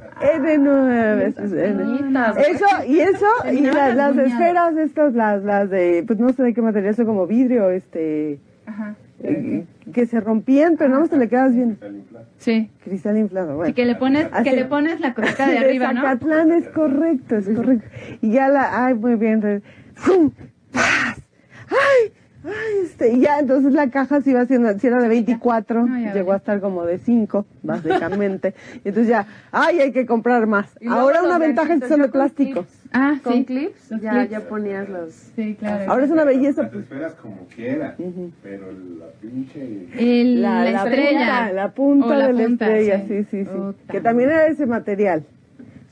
Speaker 2: en nueve veces. en-
Speaker 6: Pequeñitas.
Speaker 2: Eso, y eso, y
Speaker 5: Terminaban
Speaker 2: la- las
Speaker 5: rasguñadas.
Speaker 2: esferas estas, las, las de, pues no sé de qué material, son como vidrio, este,
Speaker 5: Ajá.
Speaker 2: eh, que se rompían, pero nada más te le quedas bien.
Speaker 3: Está inflado.
Speaker 5: Sí.
Speaker 2: Cristal inflado,
Speaker 5: Y
Speaker 2: bueno.
Speaker 5: que le pones,
Speaker 2: Así.
Speaker 5: que le pones la cosita de
Speaker 2: De
Speaker 5: arriba, ¿no?
Speaker 2: Zacatlán es correcto, es correcto. Y ya la, ay, muy bien. re- ¡Fum! ¡Paz! ¡Ay! Ay, este, y ya, entonces la caja se iba haciendo, si era de 24,
Speaker 5: No, ya
Speaker 2: llegó
Speaker 5: valió.
Speaker 2: a estar como de 5, básicamente. y entonces ya, ay, hay que comprar más.
Speaker 6: Y luego
Speaker 2: Ahora
Speaker 6: los
Speaker 2: una ventaja es que son de
Speaker 6: ganchitos, yo con
Speaker 2: plástico.
Speaker 6: clips.
Speaker 5: Ah,
Speaker 6: Con
Speaker 5: sí.
Speaker 6: clips,
Speaker 5: Los
Speaker 6: ya,
Speaker 5: clips.
Speaker 6: ya ponías los...
Speaker 5: Sí, claro.
Speaker 2: Ahora es una belleza.
Speaker 3: Las esferas como quiera, pero la pinche...
Speaker 5: El- la,
Speaker 2: punta,
Speaker 5: estrella.
Speaker 2: la punta
Speaker 5: O la
Speaker 2: de la
Speaker 5: punta,
Speaker 2: estrella, sí,
Speaker 5: sí.
Speaker 2: sí, sí.
Speaker 5: Puta
Speaker 2: Que también era ese material.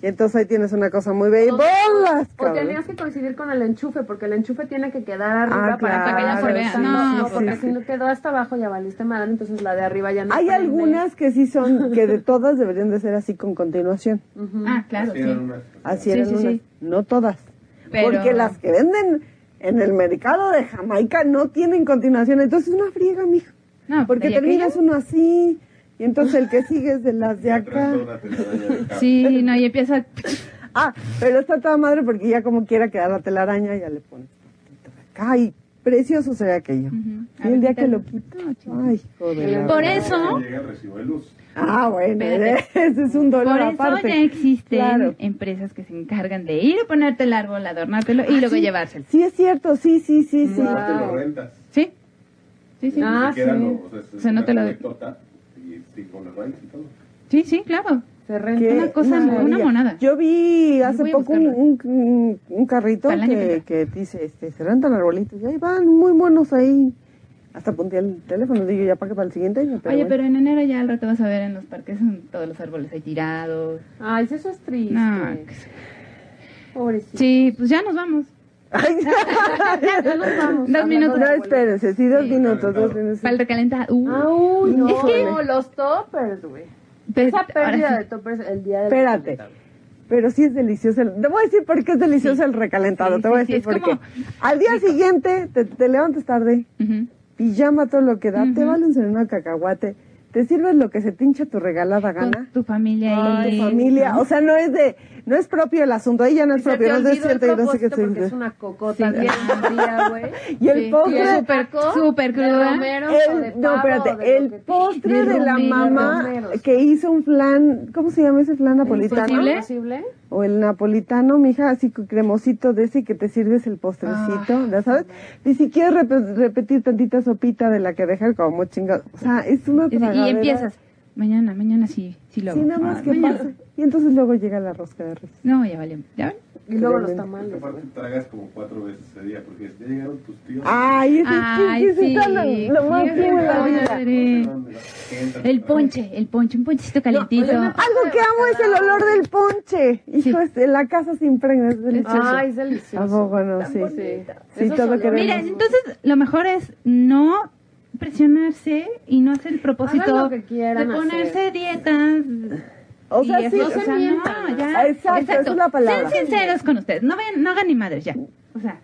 Speaker 2: Y entonces ahí tienes una cosa muy bella. ¡Y ¡Bolas,
Speaker 6: O
Speaker 2: cabrón!
Speaker 6: tenías que coincidir con el enchufe, porque el enchufe tiene que quedar arriba para,
Speaker 2: Ah, claro,
Speaker 5: para que no se vea.
Speaker 6: No,
Speaker 5: No,
Speaker 6: no,
Speaker 5: sí,
Speaker 6: porque
Speaker 2: sí.
Speaker 6: si no quedó hasta abajo ya valiste madre, entonces la de arriba ya no.
Speaker 2: Hay
Speaker 6: prende.
Speaker 2: algunas que sí son, que de todas deberían de ser así con continuación.
Speaker 5: Ah, claro,
Speaker 3: Así eran
Speaker 5: sí.
Speaker 3: unas-
Speaker 2: Así
Speaker 5: Sí,
Speaker 2: eran
Speaker 5: sí,
Speaker 2: unas.
Speaker 5: sí.
Speaker 2: No todas.
Speaker 5: Pero-
Speaker 2: Porque las que venden en el mercado de Jamaica no tienen continuación. Entonces es una friega, mijo.
Speaker 5: No,
Speaker 2: Porque
Speaker 5: ¿de aquella?
Speaker 2: terminas uno así y entonces el que sigue es de las de
Speaker 3: de atrás
Speaker 2: acá.
Speaker 3: toda una telaraña de cable.
Speaker 5: Sí, no, y empieza.
Speaker 2: Ah, pero está toda madre porque ya como quiera quedar la telaraña, ya le pones tantito de acá y precioso se ve aquello.
Speaker 5: Ujú. A
Speaker 2: Y el
Speaker 5: ver,
Speaker 2: día que
Speaker 5: quítalo.
Speaker 2: lo quito,
Speaker 5: No, chingada.
Speaker 2: ay, joder.
Speaker 5: Por
Speaker 3: Cuando
Speaker 5: eso-
Speaker 3: Llega el recibo de luz.
Speaker 2: Ah, bueno,
Speaker 5: Espérate.
Speaker 2: ese es un
Speaker 5: Por
Speaker 2: dolor
Speaker 5: eso
Speaker 2: aparte.
Speaker 5: ya existen
Speaker 2: Claro.
Speaker 5: empresas que se encargan de ir a ponerte el árbol, adornártelo y luego
Speaker 2: Sí,
Speaker 5: llevárselo.
Speaker 2: Sí, es cierto, sí, sí, sí, sí.
Speaker 3: No te lo rentas.
Speaker 5: ¿Sí? Sí, sí.
Speaker 6: Ah,
Speaker 3: Ni siquiera
Speaker 6: sí.
Speaker 3: lo- o sea, es
Speaker 5: O sea, no
Speaker 3: una
Speaker 5: te lo-
Speaker 3: colectota Y sí, con los rentes y todo.
Speaker 5: Sí, sí, claro.
Speaker 6: Se
Speaker 2: Qué
Speaker 6: renta.
Speaker 5: Una cosa,
Speaker 2: maravilla.
Speaker 5: una monada.
Speaker 2: Yo vi hace
Speaker 5: voy a
Speaker 2: poco un, un- un carrito
Speaker 5: Para el año
Speaker 2: que,
Speaker 5: que
Speaker 2: que dice, este, se rentan arbolitos y ahí van muy buenos ahí. Hasta apunté el teléfono, digo, ya para que para el siguiente año.
Speaker 5: Oye,
Speaker 2: bueno.
Speaker 5: pero en enero ya al rato vas a ver en los parques mm, todos los árboles ahí tirados.
Speaker 6: Ay, sí, eso es triste.
Speaker 5: No, que se-
Speaker 6: Pobrecito.
Speaker 5: sí, pues ya nos vamos.
Speaker 2: Ay,
Speaker 6: Ya nos vamos.
Speaker 5: Dos minutos.
Speaker 2: No, espérense, sí, dos
Speaker 5: Sí.
Speaker 2: minutos, dos minutos.
Speaker 5: Para el recalentado. Uh,
Speaker 6: Ah, uy, no,
Speaker 5: Es que-
Speaker 6: no, los toppers, güey.
Speaker 5: pues,
Speaker 6: Esa
Speaker 5: ahora
Speaker 6: pérdida
Speaker 5: sí.
Speaker 6: de toppers el día del
Speaker 2: Espérate. Pero sí es delicioso. El, te voy a decir por qué es delicioso el recalentado.
Speaker 5: Sí,
Speaker 2: te voy a
Speaker 5: sí,
Speaker 2: decir
Speaker 5: sí,
Speaker 2: por
Speaker 5: es como-
Speaker 2: qué. Al día siguiente te, te levantas tarde,
Speaker 5: Ujú.
Speaker 2: pijama todo lo que da, te
Speaker 5: Ujú.
Speaker 2: vale un sereno de cacahuate, te sirves lo que se te hincha tu regalada
Speaker 5: Con
Speaker 2: gana.
Speaker 5: tu familia
Speaker 2: Con
Speaker 5: ahí.
Speaker 2: tu familia. O sea, no es de, no es propio el asunto. Ahí ya no es
Speaker 6: Se te
Speaker 2: propio. No es de
Speaker 6: olvidó el
Speaker 2: siete y no sé qué
Speaker 6: propósito porque
Speaker 2: te-
Speaker 6: es una cocota
Speaker 5: Sí.
Speaker 6: bien fría, güey.
Speaker 2: Y el
Speaker 5: Sí.
Speaker 6: Y
Speaker 2: postre.
Speaker 6: el
Speaker 2: El,
Speaker 5: Súper-
Speaker 6: taco
Speaker 5: súper
Speaker 6: de
Speaker 5: cruda.
Speaker 6: romero o de
Speaker 2: no,
Speaker 6: pavo o de
Speaker 2: espérate.
Speaker 6: lo
Speaker 2: El
Speaker 6: que-
Speaker 2: postre de la
Speaker 5: romero,
Speaker 2: mamá
Speaker 6: romeros.
Speaker 2: que hizo un flan. ¿Cómo se llama ese flan napolitano?
Speaker 5: ¿Imposible?
Speaker 6: ¿Posible?
Speaker 2: O el napolitano, mija, así cu- cremosito de ese que te sirves el
Speaker 6: Ah.
Speaker 2: postrecito, ¿ya sabes? Ni siquiera rep- repetir tantita sopita de la que dejan como chingado. O sea, es una
Speaker 5: Y,
Speaker 2: tragadera.
Speaker 5: y empiezas. Mañana, mañana sí, sí lo
Speaker 2: Sí,
Speaker 5: hago.
Speaker 2: nada más
Speaker 5: Ah,
Speaker 2: que
Speaker 5: mañana.
Speaker 2: pasa. Y entonces luego llega la rosca de reyes.
Speaker 5: No, ya valió. ¿Ya ven?
Speaker 6: Y luego los
Speaker 2: Tremendo.
Speaker 3: Esta
Speaker 6: tamales.
Speaker 3: parte tragas como cuatro veces ese día porque ya llegaron tus tíos.
Speaker 2: Ay, ese
Speaker 5: Ay,
Speaker 2: chiste,
Speaker 5: sí.
Speaker 2: ese es lo, lo más
Speaker 5: Qué
Speaker 2: bien de la vida.
Speaker 5: padre. El
Speaker 3: ponche
Speaker 5: ponche, el ponche, un ponchecito calentito. Ah,
Speaker 2: Algo que amo es el olor del ponche. Hijo,
Speaker 5: Sí.
Speaker 2: es- en la casa se impregna, es delicioso.
Speaker 6: Ay, Ah, es
Speaker 2: ¿A
Speaker 6: delicioso.
Speaker 2: poco no? Sí.
Speaker 6: bonito.
Speaker 2: Sí,
Speaker 6: Esos
Speaker 2: todo
Speaker 6: olores.
Speaker 5: Mira,
Speaker 2: queremos.
Speaker 5: entonces lo mejor es no presionarse y no hacer el propósito
Speaker 6: Hagan lo que quieran
Speaker 5: de ponerse dietas.
Speaker 2: O
Speaker 5: y
Speaker 2: sea,
Speaker 5: eso,
Speaker 2: sí.
Speaker 5: o sea,
Speaker 6: se mientan.
Speaker 5: no, ya.
Speaker 2: Exacto, esa es la palabra.
Speaker 5: Sean sinceros con ustedes, no, ven, no hagan ni madres ya. O sea,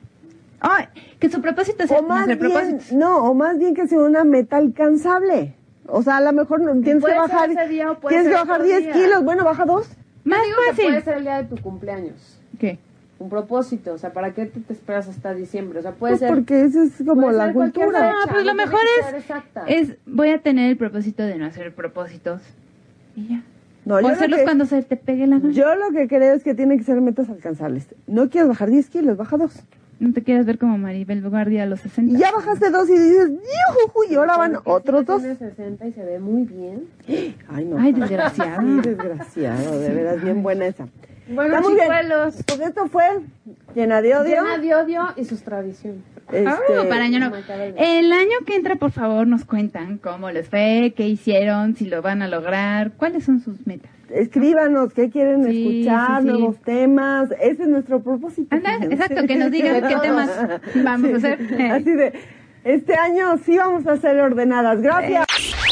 Speaker 5: ay, que su propósito sea
Speaker 2: o más
Speaker 5: nuestro
Speaker 2: bien,
Speaker 5: propósito.
Speaker 2: no, o más bien que sea una meta alcanzable. O sea, a lo mejor no- tienes que
Speaker 6: puede ser
Speaker 2: bajar,
Speaker 6: ese día o puede
Speaker 2: tienes que
Speaker 6: ser
Speaker 2: bajar
Speaker 6: otro
Speaker 2: 10
Speaker 6: día.
Speaker 2: kilos, bueno, baja 2.
Speaker 5: Más
Speaker 6: Digo que Pues puede
Speaker 5: fácil.
Speaker 6: ser el día de tu cumpleaños.
Speaker 5: ¿Qué?
Speaker 6: Un propósito. O sea, ¿para qué te, te esperas hasta diciembre? O sea, puede
Speaker 2: Pues
Speaker 6: ser.
Speaker 2: porque eso es como
Speaker 6: puede
Speaker 2: la
Speaker 6: ser cualquier
Speaker 2: cultura.
Speaker 6: fecha,
Speaker 5: No, pues lo
Speaker 6: tiene
Speaker 5: mejor
Speaker 6: que
Speaker 5: es-
Speaker 6: ser exacta.
Speaker 5: Es, voy a tener el propósito de no hacer propósitos. Y ya.
Speaker 2: No,
Speaker 5: o
Speaker 2: yo,
Speaker 5: hacerlos
Speaker 2: lo que,
Speaker 5: cuando se te pegue la gana.
Speaker 2: yo lo que creo es que tienen que ser metas alcanzables. No quieres bajar 10 kilos, baja 2.
Speaker 5: No te quieras ver como Maribel Guardia a los 60.
Speaker 2: Y ya bajaste 2 y dices, ¡yujuju! Y ahora van
Speaker 6: Porque si
Speaker 2: otros
Speaker 6: uno
Speaker 2: 2.
Speaker 6: tiene 60 y se ve muy bien.
Speaker 2: Ay, no.
Speaker 5: Ay, desgraciado.
Speaker 2: Sí, desgraciado, de veras, bien buena esa.
Speaker 6: Bueno,
Speaker 2: muy bien.
Speaker 6: chicuelos.
Speaker 2: Pues esto fue llena de odio.
Speaker 6: Llena de odio y sus tradiciones.
Speaker 2: Este,
Speaker 5: Ah, para año nuevo. El año que entra, por favor, nos cuentan cómo les fue, qué hicieron, si lo van a lograr, cuáles son sus metas.
Speaker 2: Escríbanos qué quieren
Speaker 5: Sí,
Speaker 2: escuchar,
Speaker 5: sí, sí.
Speaker 2: nuevos temas. Ese es nuestro propósito.
Speaker 5: Anda,
Speaker 2: fíjense.
Speaker 5: exacto, que nos digan
Speaker 6: De
Speaker 5: qué
Speaker 6: todos.
Speaker 5: temas vamos a hacer.
Speaker 2: Así de, este año sí vamos a ser ordenadas. Gracias.